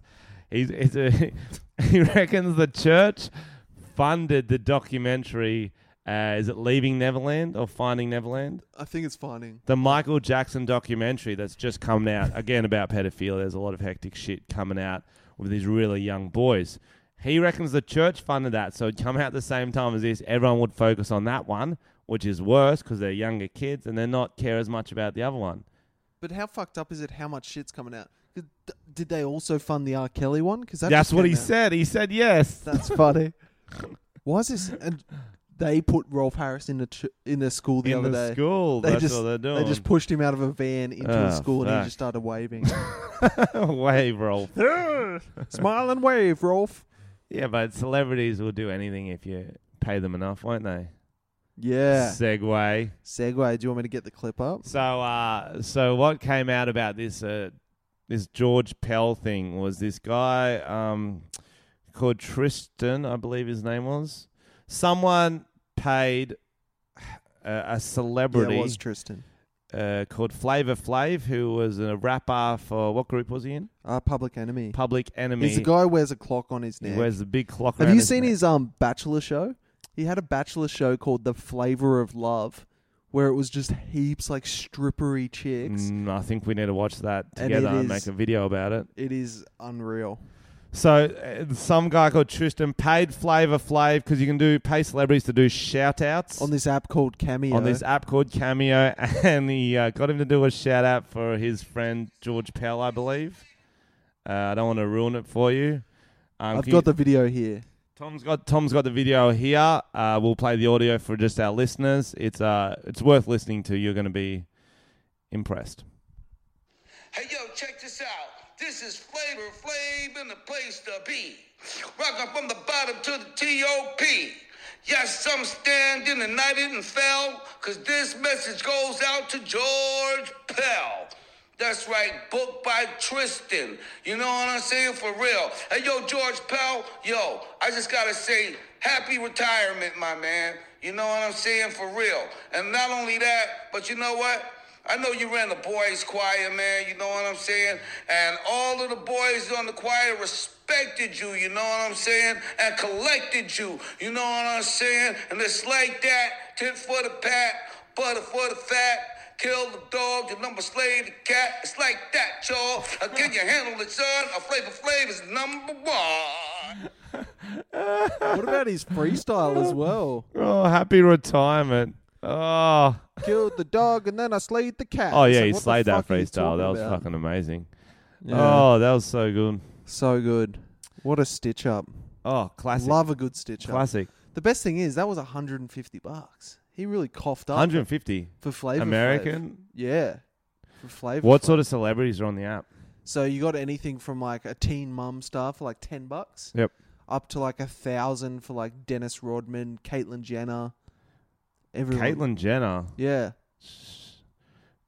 Speaker 3: He's, he's a, he reckons the church funded the documentary. Uh, is it Leaving Neverland or Finding Neverland?
Speaker 2: I think it's finding.
Speaker 3: The Michael Jackson documentary that's just coming out again about pedophilia. There's a lot of hectic shit coming out with these really young boys. He reckons the church funded that, so it'd come out the same time as this. Everyone would focus on that one, which is worse because they're younger kids and they're not care as much about the other one.
Speaker 2: But how fucked up is it? How much shit's coming out? Did, did they also fund the R. Kelly one? Because
Speaker 3: That's what he said. He said yes.
Speaker 2: That's funny. Why is this? And they put Rolf Harris in the ch- in the school the
Speaker 3: In
Speaker 2: other
Speaker 3: the
Speaker 2: day.
Speaker 3: school,
Speaker 2: They
Speaker 3: that's
Speaker 2: just-
Speaker 3: what they're doing.
Speaker 2: They just pushed him out of a van into
Speaker 3: Oh,
Speaker 2: a school, and
Speaker 3: fuck.
Speaker 2: he just started waving.
Speaker 3: wave roll.
Speaker 2: Smile and wave, Rolf.
Speaker 3: Yeah, but celebrities will do anything if you pay them enough, won't they?
Speaker 2: Yeah.
Speaker 3: Segway.
Speaker 2: Segway. Do you want me to get the clip up?
Speaker 3: So, uh, so what came out about this uh, this George Pell thing was this guy um, called Tristan, I believe his name was. Someone paid a, a celebrity
Speaker 2: Yeah, it was Tristan.
Speaker 3: uh, called Flavor Flav, who was a rapper for what group was he in?
Speaker 2: Our Uh, public enemy.
Speaker 3: Public Enemy.
Speaker 2: He's the guy who wears a clock on his
Speaker 3: He
Speaker 2: neck.
Speaker 3: wears the big clock.
Speaker 2: Have
Speaker 3: around
Speaker 2: you seen
Speaker 3: neck.
Speaker 2: his um bachelor show? He had a bachelor show called The Flavor of Love, where it was just heaps like strippery chicks.
Speaker 3: Mm, I think we need to watch that
Speaker 2: And
Speaker 3: together
Speaker 2: it
Speaker 3: and,
Speaker 2: is-
Speaker 3: make a video about it.
Speaker 2: It is unreal.
Speaker 3: So uh, some guy called Tristan paid Flavor Flav because you can do pay celebrities to do shout outs
Speaker 2: On this app called Cameo.
Speaker 3: on this app called Cameo, and he uh, got him to do a shout out for his friend George Pell, I believe. Uh, I don't want to ruin it for you. Um,
Speaker 2: I've
Speaker 3: can
Speaker 2: got
Speaker 3: you-
Speaker 2: the video here.
Speaker 3: Tom's got Tom's got the video here. Uh, we'll play the audio for just our listeners. It's uh, it's worth listening to. You're going to be impressed.
Speaker 4: Hey yo, check this out. This is Flavor Flav and the place to be. Rockin' from the bottom to the T.O.P. Yes, some stand in the night it and fell, cause this message goes out to George Pell. That's right, book by Tristan. You know what I'm saying? For real. Hey yo, George Pell, yo, I just gotta say, happy retirement, my man. You know what I'm saying? For real. And not only that, but you know what? I know you ran the boys' choir, man. You know what I'm saying? And all of the boys on the choir respected you. You know what I'm saying? And collected you. You know what I'm saying? And it's like that. Tit for the pat, butter for the fat. Kill the dog, your number slay the cat. It's like that, y'all. Uh, Can you handle it, son? A flavor flavor's number one.
Speaker 2: What about his freestyle as well?
Speaker 3: Oh, happy retirement. Oh,
Speaker 2: Killed the dog and then I slayed the cat.
Speaker 3: oh
Speaker 2: It's
Speaker 3: yeah,
Speaker 2: like,
Speaker 3: he
Speaker 2: what the
Speaker 3: slayed that
Speaker 2: fuck are you
Speaker 3: freestyle. That
Speaker 2: talking
Speaker 3: was
Speaker 2: about?
Speaker 3: fucking amazing.
Speaker 2: Yeah.
Speaker 3: Oh, that was so good.
Speaker 2: So good. What a stitch up.
Speaker 3: Oh, classic.
Speaker 2: Love a good stitch up.
Speaker 3: classic.
Speaker 2: The best thing is that was 150 bucks. He really coughed up
Speaker 3: 150.
Speaker 2: for flavor. Flav.
Speaker 3: American?
Speaker 2: Yeah. For flavor.
Speaker 3: What
Speaker 2: Flav.
Speaker 3: sort of celebrities are on the app?
Speaker 2: So you got anything from like a teen mum star for like ten bucks,
Speaker 3: Yep.
Speaker 2: up to like a thousand for like Dennis Rodman, Caitlyn Jenner, everyone.
Speaker 3: Caitlyn Jenner.
Speaker 2: yeah,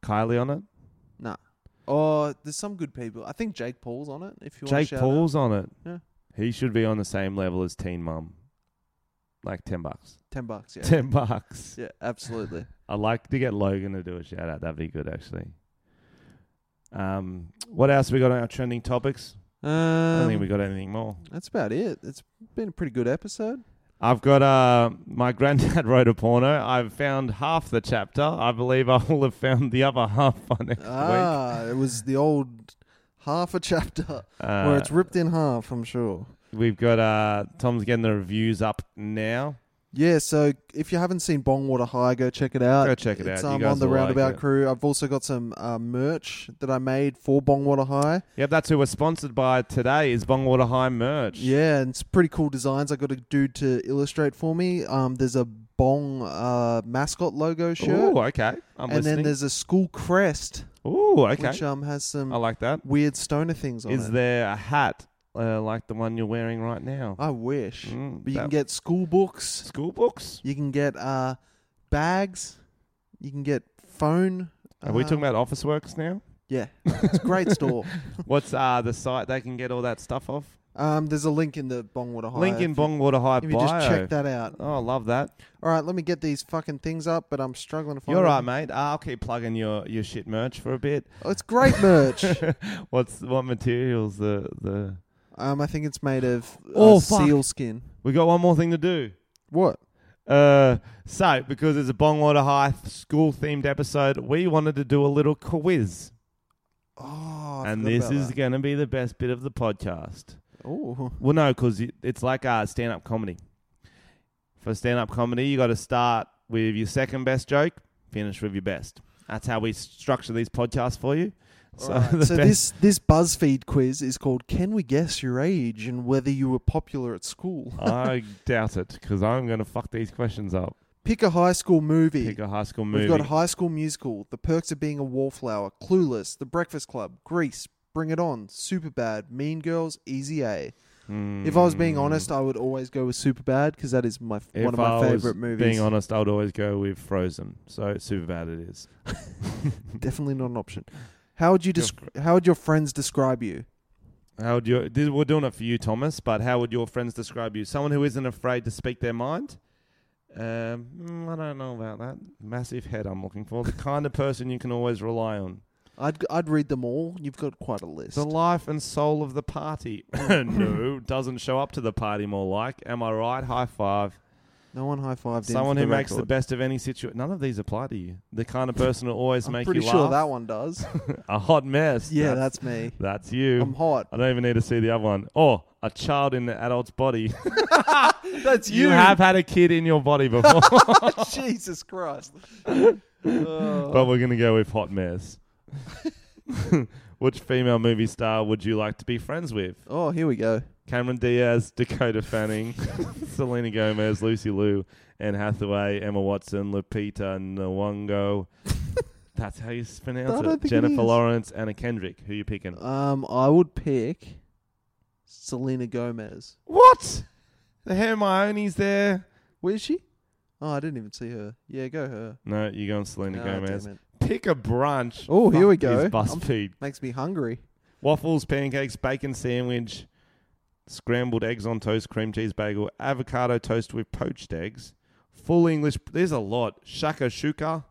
Speaker 3: Kylie on it.
Speaker 2: nah. Oh, there's some good people. I think Jake Paul's on it. If you want
Speaker 3: Jake
Speaker 2: to
Speaker 3: Paul's on it.
Speaker 2: Yeah.
Speaker 3: He should be on the same level as Teen Mum. Like 10 bucks.
Speaker 2: ten bucks, yeah,
Speaker 3: 10 bucks.
Speaker 2: yeah, absolutely.
Speaker 3: I'd like to get Logan to do a shout out. That'd be good, actually. Um, what else we got on our trending topics?
Speaker 2: Um,
Speaker 3: I don't think we got anything more.
Speaker 2: that's about it. It's been a pretty good episode.
Speaker 3: I've got uh, my granddad wrote a porno. I've found half the chapter. I believe I will have found the other half by next week.
Speaker 2: Ah, it was the old half a chapter where
Speaker 3: Uh,
Speaker 2: it's ripped in half. I'm sure.
Speaker 3: We've got uh, Tom's getting the reviews up now.
Speaker 2: Yeah, so if you haven't seen Bongwater High, go check it out.
Speaker 3: Go check it
Speaker 2: It's,
Speaker 3: out. You
Speaker 2: um,
Speaker 3: guys
Speaker 2: on the
Speaker 3: will like
Speaker 2: Roundabout
Speaker 3: it.
Speaker 2: Crew. I've also got some uh, merch that I made for Bongwater High.
Speaker 3: Yep, that's who we're sponsored by today is Bongwater High merch.
Speaker 2: Yeah, and it's pretty cool designs. I got a dude to illustrate for me. Um, there's a Bong uh, mascot logo shirt,
Speaker 3: Ooh, okay.
Speaker 2: and
Speaker 3: I'm
Speaker 2: then
Speaker 3: listening.
Speaker 2: there's a school crest,
Speaker 3: Ooh, okay.
Speaker 2: which um has some
Speaker 3: I like that.
Speaker 2: weird stoner things on
Speaker 3: Is
Speaker 2: it.
Speaker 3: there a hat uh, like the one you're wearing right now?
Speaker 2: I wish, Ah,
Speaker 3: Mm,
Speaker 2: but you can
Speaker 3: that-
Speaker 2: get school books.
Speaker 3: School books?
Speaker 2: You can get uh bags. You can get phone.
Speaker 3: Are we
Speaker 2: uh,
Speaker 3: talking about Office Works now?
Speaker 2: Yeah, it's a great store.
Speaker 3: What's uh, the site they can get all that stuff off?
Speaker 2: Um, there's a link in the Bongwater High.
Speaker 3: Link in
Speaker 2: if you-
Speaker 3: Bongwater High
Speaker 2: If you
Speaker 3: bio.
Speaker 2: just check that out.
Speaker 3: Oh, I love that.
Speaker 2: All right, let me get these fucking things up, but I'm struggling to find.
Speaker 3: You're
Speaker 2: them.
Speaker 3: right, mate. Ah, I'll keep plugging your, your shit merch for a bit.
Speaker 2: Oh, it's great merch.
Speaker 3: What's what materials the the?
Speaker 2: um, I think it's made of uh,
Speaker 3: Oh, fuck.
Speaker 2: seal skin.
Speaker 3: We got one more thing to do.
Speaker 2: What?
Speaker 3: Uh, so because it's a Bongwater High school themed episode, we wanted to do a little quiz,
Speaker 2: Oh, I
Speaker 3: and
Speaker 2: forgot
Speaker 3: this
Speaker 2: about
Speaker 3: is
Speaker 2: that.
Speaker 3: going to be the best bit of the podcast.
Speaker 2: Ooh.
Speaker 3: Well, no, because it's like uh, stand up comedy. For stand up comedy, you got to start with your second best joke, finish with your best. That's how we structure these podcasts for you. So,
Speaker 2: Alright,
Speaker 3: the
Speaker 2: so
Speaker 3: best-
Speaker 2: this this BuzzFeed quiz is called "Can we guess your age and whether you were popular at school?"
Speaker 3: I doubt it because I'm going to fuck these questions up.
Speaker 2: Pick a high school movie.
Speaker 3: Pick a high school movie.
Speaker 2: We've got High School Musical, The Perks of Being a Wallflower, Clueless, The Breakfast Club, Grease, Bring It On, Superbad, Mean Girls, Easy A. If I was being honest, I would always go with Superbad because that is my
Speaker 3: Hmm. If
Speaker 2: one of
Speaker 3: I
Speaker 2: my
Speaker 3: was
Speaker 2: favorite movies.
Speaker 3: Being honest, I would always go with Frozen. So super bad it is.
Speaker 2: Definitely not an option. How would you desc- How would your friends describe you?
Speaker 3: How would you? This, we're doing it for you, Thomas. But how would your friends describe you? Someone who isn't afraid to speak their mind. Um, mm, I don't know about that. Massive head. I'm looking for the kind of person you can always rely on.
Speaker 2: I'd I'd read them all. You've got quite a list.
Speaker 3: The life and soul of the party. no, doesn't show up to the party. More like, am I right? High five.
Speaker 2: No one high fived.
Speaker 3: Someone
Speaker 2: in
Speaker 3: who
Speaker 2: for the
Speaker 3: makes the
Speaker 2: record.
Speaker 3: best of any situation. None of these apply to you. The kind of person who always
Speaker 2: I'm
Speaker 3: make
Speaker 2: pretty
Speaker 3: you
Speaker 2: sure
Speaker 3: laugh.
Speaker 2: that one does.
Speaker 3: A hot mess.
Speaker 2: yeah, that's me.
Speaker 3: that's you.
Speaker 2: I'm hot.
Speaker 3: I don't even need to see the other one. Or a child in the adult's body.
Speaker 2: That's
Speaker 3: you have had a kid in your body before,
Speaker 2: Jesus Christ.
Speaker 3: but we're gonna go with hot mess. Which female movie star would you like to be friends with?
Speaker 2: Oh, here we go.
Speaker 3: Cameron Diaz, Dakota Fanning, Selena Gomez, Lucy Liu, Anne Hathaway, Emma Watson, Lupita Nyong'o. That's how you s-
Speaker 2: I
Speaker 3: pronounce
Speaker 2: don't
Speaker 3: it.
Speaker 2: think it
Speaker 3: Jennifer
Speaker 2: is.
Speaker 3: Lawrence, Anna Kendrick. Who you picking?
Speaker 2: Um, I would pick Selena Gomez.
Speaker 3: What? The hair Hermione's there.
Speaker 2: Where's she? Oh, I didn't even see her. Yeah, go her.
Speaker 3: No, you go on Selena
Speaker 2: Ah,
Speaker 3: Gomez.
Speaker 2: damn it.
Speaker 3: Pick a brunch.
Speaker 2: Oh, here we
Speaker 3: Fuck
Speaker 2: go.
Speaker 3: Is BuzzFeed.
Speaker 2: Makes me hungry.
Speaker 3: Waffles, pancakes, bacon sandwich, scrambled eggs on toast, cream cheese bagel, avocado toast with poached eggs, full English. There's a lot. Shaka shuka,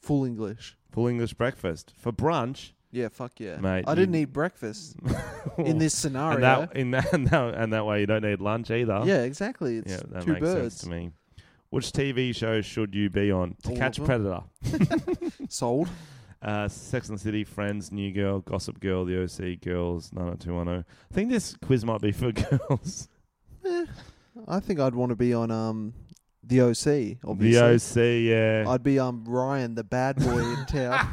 Speaker 2: Full English.
Speaker 3: full English breakfast for brunch.
Speaker 2: Yeah, fuck yeah.
Speaker 3: Mate,
Speaker 2: I didn't
Speaker 3: you- Oh,
Speaker 2: eat breakfast in this
Speaker 3: and
Speaker 2: scenario.
Speaker 3: that, in that, and that and that way you don't need lunch either.
Speaker 2: yeah, exactly. It's
Speaker 3: yeah, that
Speaker 2: two
Speaker 3: makes sense
Speaker 2: birds.
Speaker 3: to me. Which TV show should you be on to
Speaker 2: All of
Speaker 3: catch
Speaker 2: them.
Speaker 3: predator?
Speaker 2: Sold.
Speaker 3: Uh, Sex and the City, Friends, New Girl, Gossip Girl, The OC, Girls, 90210. I think this quiz might be for girls.
Speaker 2: I think I'd want to be on um the OC. Obviously.
Speaker 3: The OC, yeah.
Speaker 2: I'd be um Ryan, the bad boy in town.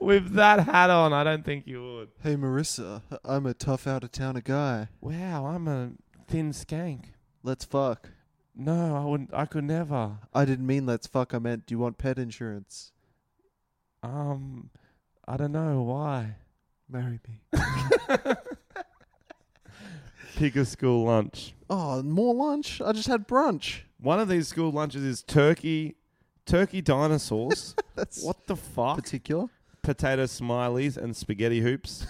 Speaker 3: With that hat on, I don't think you would.
Speaker 2: Hey Marissa, I'm a tough out of towner guy.
Speaker 3: Wow, I'm a thin skank.
Speaker 2: Let's fuck.
Speaker 3: No, I wouldn't. I could never.
Speaker 2: I didn't mean let's fuck. I meant do you want pet insurance?
Speaker 3: Um, I don't know why.
Speaker 2: Marry me.
Speaker 3: Pick a school lunch.
Speaker 2: Oh, more lunch. I just had brunch.
Speaker 3: One of these school lunches is turkey, turkey dinosaurs.
Speaker 2: That's
Speaker 3: what the fuck?
Speaker 2: particular.
Speaker 3: Potato smileys and spaghetti hoops.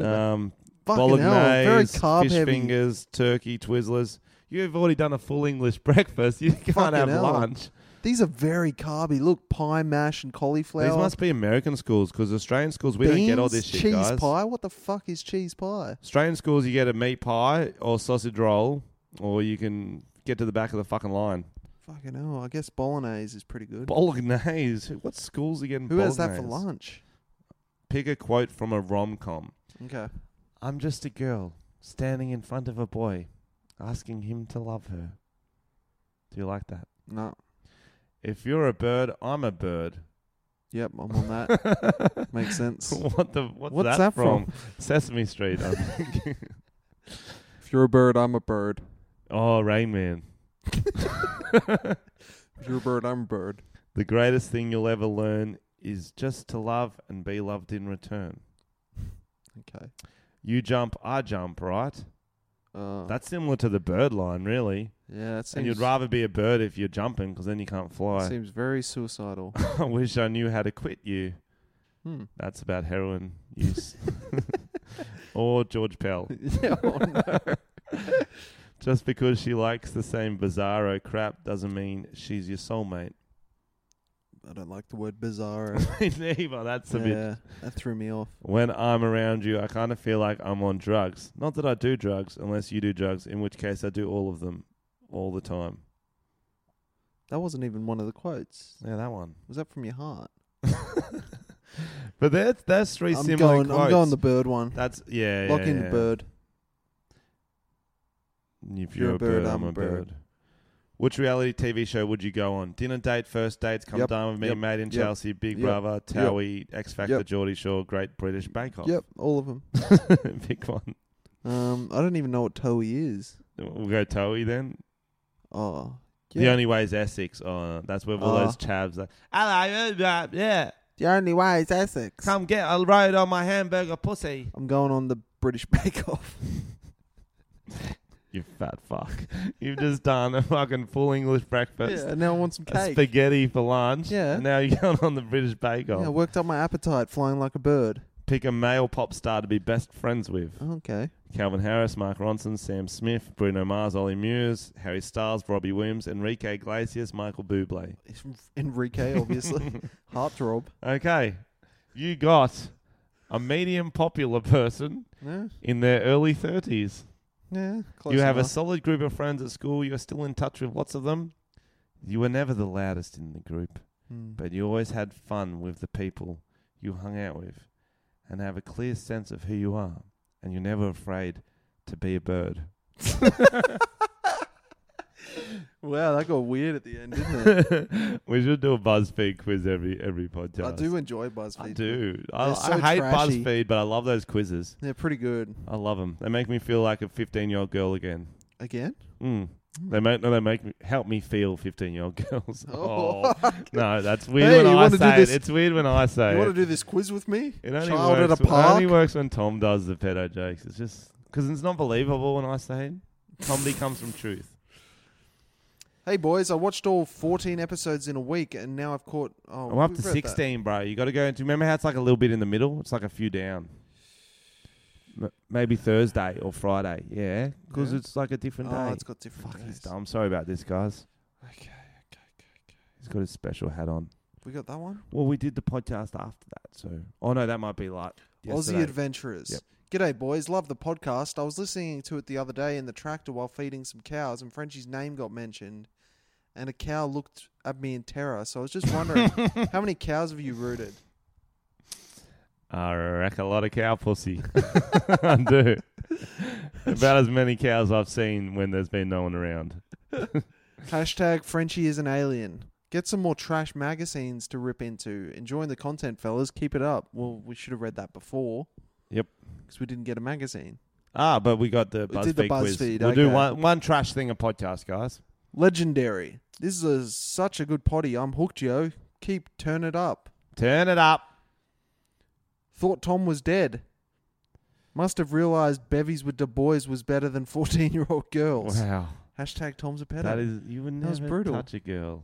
Speaker 3: um,
Speaker 2: Fucking hell, very
Speaker 3: bolognese,
Speaker 2: carb
Speaker 3: fish
Speaker 2: heavy.
Speaker 3: fingers, turkey twizzlers. You've already done a full English breakfast. You can't
Speaker 2: Fucking
Speaker 3: have
Speaker 2: hell.
Speaker 3: lunch.
Speaker 2: These are very carby. Look, pie mash and cauliflower.
Speaker 3: These must be American schools because Australian schools we don't get all
Speaker 2: beans,
Speaker 3: this shit,
Speaker 2: cheese
Speaker 3: guys.
Speaker 2: pie. What the fuck is cheese pie?
Speaker 3: Australian schools, you get a meat pie or sausage roll, or you can get to the back of the fucking line.
Speaker 2: Fucking hell! I guess bolognese is pretty good.
Speaker 3: Bolognese. What schools are getting
Speaker 2: Who has
Speaker 3: bolognese?
Speaker 2: that for lunch?
Speaker 3: Pick a quote from a rom com.
Speaker 2: Okay.
Speaker 3: I'm just a girl standing in front of a boy, asking him to love her. Do you like that?
Speaker 2: No.
Speaker 3: If you're a bird, I'm a bird.
Speaker 2: Yep, I'm on that.
Speaker 3: what
Speaker 2: Makes sense.
Speaker 3: the what's,
Speaker 2: What's
Speaker 3: that,
Speaker 2: that
Speaker 3: from? Sesame Street. I'm thinking.
Speaker 2: If you're a bird, I'm a bird.
Speaker 3: oh, Rain Man.
Speaker 2: If you're a bird, I'm a bird.
Speaker 3: The greatest thing you'll ever learn is just to love and be loved in return.
Speaker 2: Okay.
Speaker 3: You jump, I jump, right?
Speaker 2: Uh,
Speaker 3: That's similar to the bird line, really.
Speaker 2: yeah, that seems,
Speaker 3: and you'd rather be a bird if you're jumping because then you can't fly.
Speaker 2: seems very suicidal.
Speaker 3: I wish I knew how to quit you.
Speaker 2: hmm.
Speaker 3: That's about heroin use. or George Pell.
Speaker 2: yeah, oh, no.
Speaker 3: Just because she likes the same bizarro crap doesn't mean she's your soulmate.
Speaker 2: I don't like the word bizarre.
Speaker 3: Neither, that's a
Speaker 2: yeah,
Speaker 3: bit.
Speaker 2: that threw me off.
Speaker 3: When I'm around you, I kind of feel like I'm on drugs. Not that I do drugs, unless you do drugs, in which case I do all of them all the time.
Speaker 2: That wasn't even one of the quotes.
Speaker 3: Yeah, that one.
Speaker 2: Was that from your heart?
Speaker 3: But that's that's three
Speaker 2: I'm
Speaker 3: similar
Speaker 2: going.
Speaker 3: quotes.
Speaker 2: I'm going the bird one.
Speaker 3: That's yeah.
Speaker 2: Lock
Speaker 3: yeah,
Speaker 2: in the
Speaker 3: yeah.
Speaker 2: bird.
Speaker 3: If you're, a bird, I'm, a bird. Which reality TV show would you go on? Dinner date, first dates, come
Speaker 2: Yep.
Speaker 3: down with me,
Speaker 2: Yep.
Speaker 3: made in
Speaker 2: Yep.
Speaker 3: Chelsea, Big
Speaker 2: Yep.
Speaker 3: Brother, Towie, X Factor,
Speaker 2: Yep.
Speaker 3: Geordie Shore, Great British Bake Off.
Speaker 2: Yep, all of them.
Speaker 3: Pick one.
Speaker 2: Um, I don't even know what Toey is.
Speaker 3: We'll go Towie then.
Speaker 2: Oh,
Speaker 3: The
Speaker 2: Yeah.
Speaker 3: only way is Essex. Oh, that's where all
Speaker 2: Oh.
Speaker 3: those chavs are. Hello, uh, yeah.
Speaker 2: the only way is Essex.
Speaker 3: Come get a road on my hamburger pussy.
Speaker 2: I'm going on the British Bake Off.
Speaker 3: You fat fuck. You've just done a fucking full English breakfast.
Speaker 2: yeah, and now I want some
Speaker 3: a
Speaker 2: cake.
Speaker 3: Spaghetti for lunch.
Speaker 2: Yeah.
Speaker 3: And now you're going on the British Bake Off.
Speaker 2: Yeah, I worked up my appetite flying like a bird.
Speaker 3: Pick a male pop star to be best friends with.
Speaker 2: Okay.
Speaker 3: Calvin Harris, Mark Ronson, Sam Smith, Bruno Mars, Ollie Muse, Harry Styles, Robbie Williams, Enrique Iglesias, Michael Bublé.
Speaker 2: It's Enrique, obviously. Heartthrob.
Speaker 3: Okay. You got a medium popular person
Speaker 2: Yeah,
Speaker 3: in their early 30s.
Speaker 2: yeah. Close
Speaker 3: you have a
Speaker 2: enough.
Speaker 3: solid group of friends at school. You're still in touch with lots of them. You were never the loudest in the group,
Speaker 2: Hmm.
Speaker 3: but you always had fun with the people you hung out with and have a clear sense of who you are. And you're never afraid to be a bird.
Speaker 2: Wow, that got weird at the end, didn't it?
Speaker 3: we should do a BuzzFeed quiz every every podcast.
Speaker 2: I do enjoy BuzzFeed.
Speaker 3: I do. I,
Speaker 2: They're so
Speaker 3: I hate
Speaker 2: trashy.
Speaker 3: BuzzFeed, but I love those quizzes.
Speaker 2: They're pretty good.
Speaker 3: I love them. They make me feel like a 15 year old girl again.
Speaker 2: Again?
Speaker 3: Mm. They make no, they make me help me feel 15 year old girls.
Speaker 2: Oh.
Speaker 3: Oh, no, that's weird
Speaker 2: Hey,
Speaker 3: when
Speaker 2: you
Speaker 3: I
Speaker 2: wanna do
Speaker 3: say it.
Speaker 2: this-
Speaker 3: It's weird when I say
Speaker 2: You want to do
Speaker 3: it.
Speaker 2: this quiz with me?
Speaker 3: Uh, It only,
Speaker 2: Child
Speaker 3: works,
Speaker 2: at a
Speaker 3: it only
Speaker 2: park?
Speaker 3: works when Tom does the pedo jokes. It's just because it's not believable when I say it. Comedy comes from truth.
Speaker 2: Hey, boys, I watched all 14 episodes in a week, and now I've caught. Oh,
Speaker 3: I'm up
Speaker 2: we've
Speaker 3: to
Speaker 2: read that.
Speaker 3: 16, bro. You got to go into. Remember how it's like a little bit in the middle? It's like a few down. M- maybe Thursday or Friday. Yeah, because
Speaker 2: Yeah.
Speaker 3: it's like a different
Speaker 2: Oh,
Speaker 3: day.
Speaker 2: it's got different.
Speaker 3: Fuck,
Speaker 2: days.
Speaker 3: he's dumb. Sorry about this, guys.
Speaker 2: Okay, okay, okay, okay.
Speaker 3: He's got his special hat on.
Speaker 2: We got that one.
Speaker 3: Well, we did the podcast after that, so. Oh no, that might be like.
Speaker 2: Aussie
Speaker 3: yesterday.
Speaker 2: Adventurers.
Speaker 3: Yep.
Speaker 2: G'day, boys. Love the podcast. I was listening to it the other day in the tractor while feeding some cows, and Frenchie's name got mentioned. And a cow looked at me in terror, so I was just wondering how many cows have you rooted?
Speaker 3: I reck a lot of cow pussy. I do. About as many cows I've seen when there's been no one around.
Speaker 2: Hashtag Frenchie is an alien. Get some more trash magazines to rip into. Enjoying the content, fellas. Keep it up. Well, we should have read that before.
Speaker 3: Yep.
Speaker 2: Because we didn't get a magazine.
Speaker 3: Ah, but we got the
Speaker 2: We did
Speaker 3: BuzzFeed
Speaker 2: the
Speaker 3: quiz.
Speaker 2: BuzzFeed,
Speaker 3: We'll do
Speaker 2: okay.
Speaker 3: one one trash thing a podcast, guys.
Speaker 2: Legendary. This is a, such a good potty. I'm hooked, yo. Keep turn it up.
Speaker 3: Turn it up.
Speaker 2: Thought Tom was dead. Must have realized bevies with Du Bois was better than 14 year old girls.
Speaker 3: Wow,
Speaker 2: Hashtag Tom's a pedo.
Speaker 3: that is you would
Speaker 2: That was
Speaker 3: never
Speaker 2: brutal.
Speaker 3: touch a girl.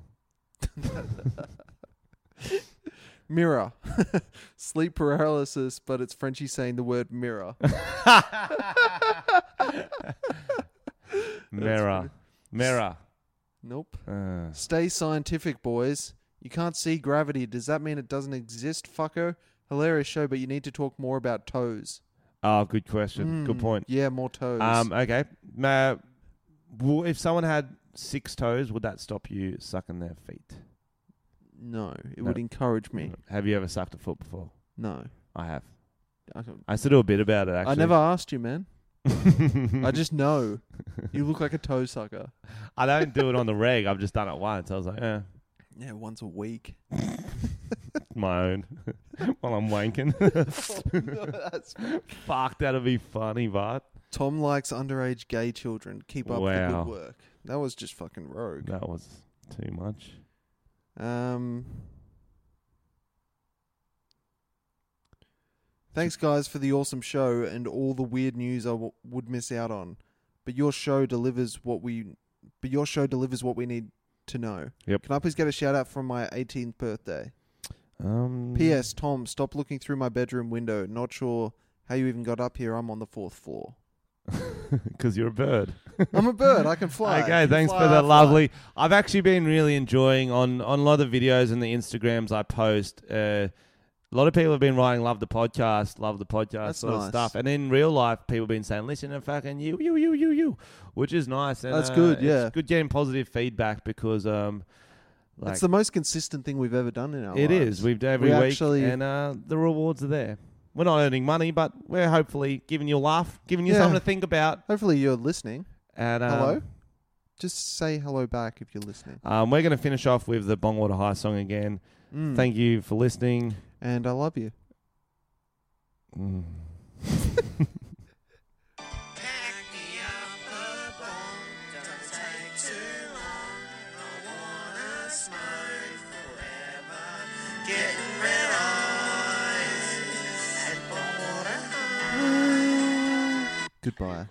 Speaker 2: mirror. Sleep paralysis, but it's Frenchie saying the word mirror.
Speaker 3: Mirror, mirror.
Speaker 2: Nope.
Speaker 3: Uh,
Speaker 2: Stay scientific, boys. You can't see gravity. Does that mean it doesn't exist, fucker? Hilarious show, but you need to talk more about toes.
Speaker 3: oh, good question. Good
Speaker 2: Mm,
Speaker 3: point.
Speaker 2: Yeah, more toes.
Speaker 3: Um, okay. Uh, well, if someone had six toes, would that stop you sucking their feet?
Speaker 2: no, it
Speaker 3: no.
Speaker 2: would encourage me.
Speaker 3: Have you ever sucked a foot before?
Speaker 2: No.
Speaker 3: I have.
Speaker 2: I, don't-
Speaker 3: I used to do a bit about it.
Speaker 2: I
Speaker 3: Actually,
Speaker 2: never asked you, man.
Speaker 3: I
Speaker 2: I just know. You look like a toe sucker.
Speaker 3: I don't do it on the reg. I've just done it once. I was like, "Eh." yeah,
Speaker 2: Yeah, once a week.
Speaker 3: my own. While I'm wanking.
Speaker 2: Oh,
Speaker 3: Fuck, that'll be funny, but
Speaker 2: Tom likes underage gay children. Keep up the
Speaker 3: Wow.
Speaker 2: good work. That was just fucking rogue.
Speaker 3: that was too much.
Speaker 2: Um. Thanks, guys, for the awesome show and all the weird news I w- would miss out on. But your show delivers what we, but your show delivers what we need to know.
Speaker 3: Yep.
Speaker 2: Can I please get a shout out from my 18th birthday?
Speaker 3: Um,
Speaker 2: P.S. Tom, stop looking through my bedroom window. Not sure how you even got up here. I'm on the fourth floor.
Speaker 3: Because you're a bird.
Speaker 2: I'm a bird. I can fly. I
Speaker 3: Okay,
Speaker 2: can
Speaker 3: thanks
Speaker 2: fly,
Speaker 3: for
Speaker 2: I
Speaker 3: that
Speaker 2: fly.
Speaker 3: lovely. I've actually been really enjoying on on a lot of the videos and the Instagrams I post. Uh, a lot of people have been writing, "Love the podcast, love the podcast,"
Speaker 2: That's
Speaker 3: sort
Speaker 2: nice.
Speaker 3: of stuff. And in real life, people have been saying, "Listen to fucking you, you, you, you, you," which is nice. And,
Speaker 2: That's
Speaker 3: uh,
Speaker 2: good,
Speaker 3: it's
Speaker 2: yeah.
Speaker 3: good getting positive feedback because um, like
Speaker 2: It's the most consistent thing we've ever done in our
Speaker 3: it
Speaker 2: lives.
Speaker 3: is. We've done every
Speaker 2: We
Speaker 3: week,
Speaker 2: actually-
Speaker 3: and uh, the rewards are there. We're not earning money, but we're hopefully giving you a laugh, giving you
Speaker 2: Yeah.
Speaker 3: something to think about.
Speaker 2: Hopefully, you're listening.
Speaker 3: And um,
Speaker 2: Hello? Just say hello back if you're listening.
Speaker 3: Um, we're going to finish off with the Bongwater High song again.
Speaker 2: Mm.
Speaker 3: Thank you for listening.
Speaker 2: And I love you.
Speaker 3: Mm.
Speaker 2: Goodbye.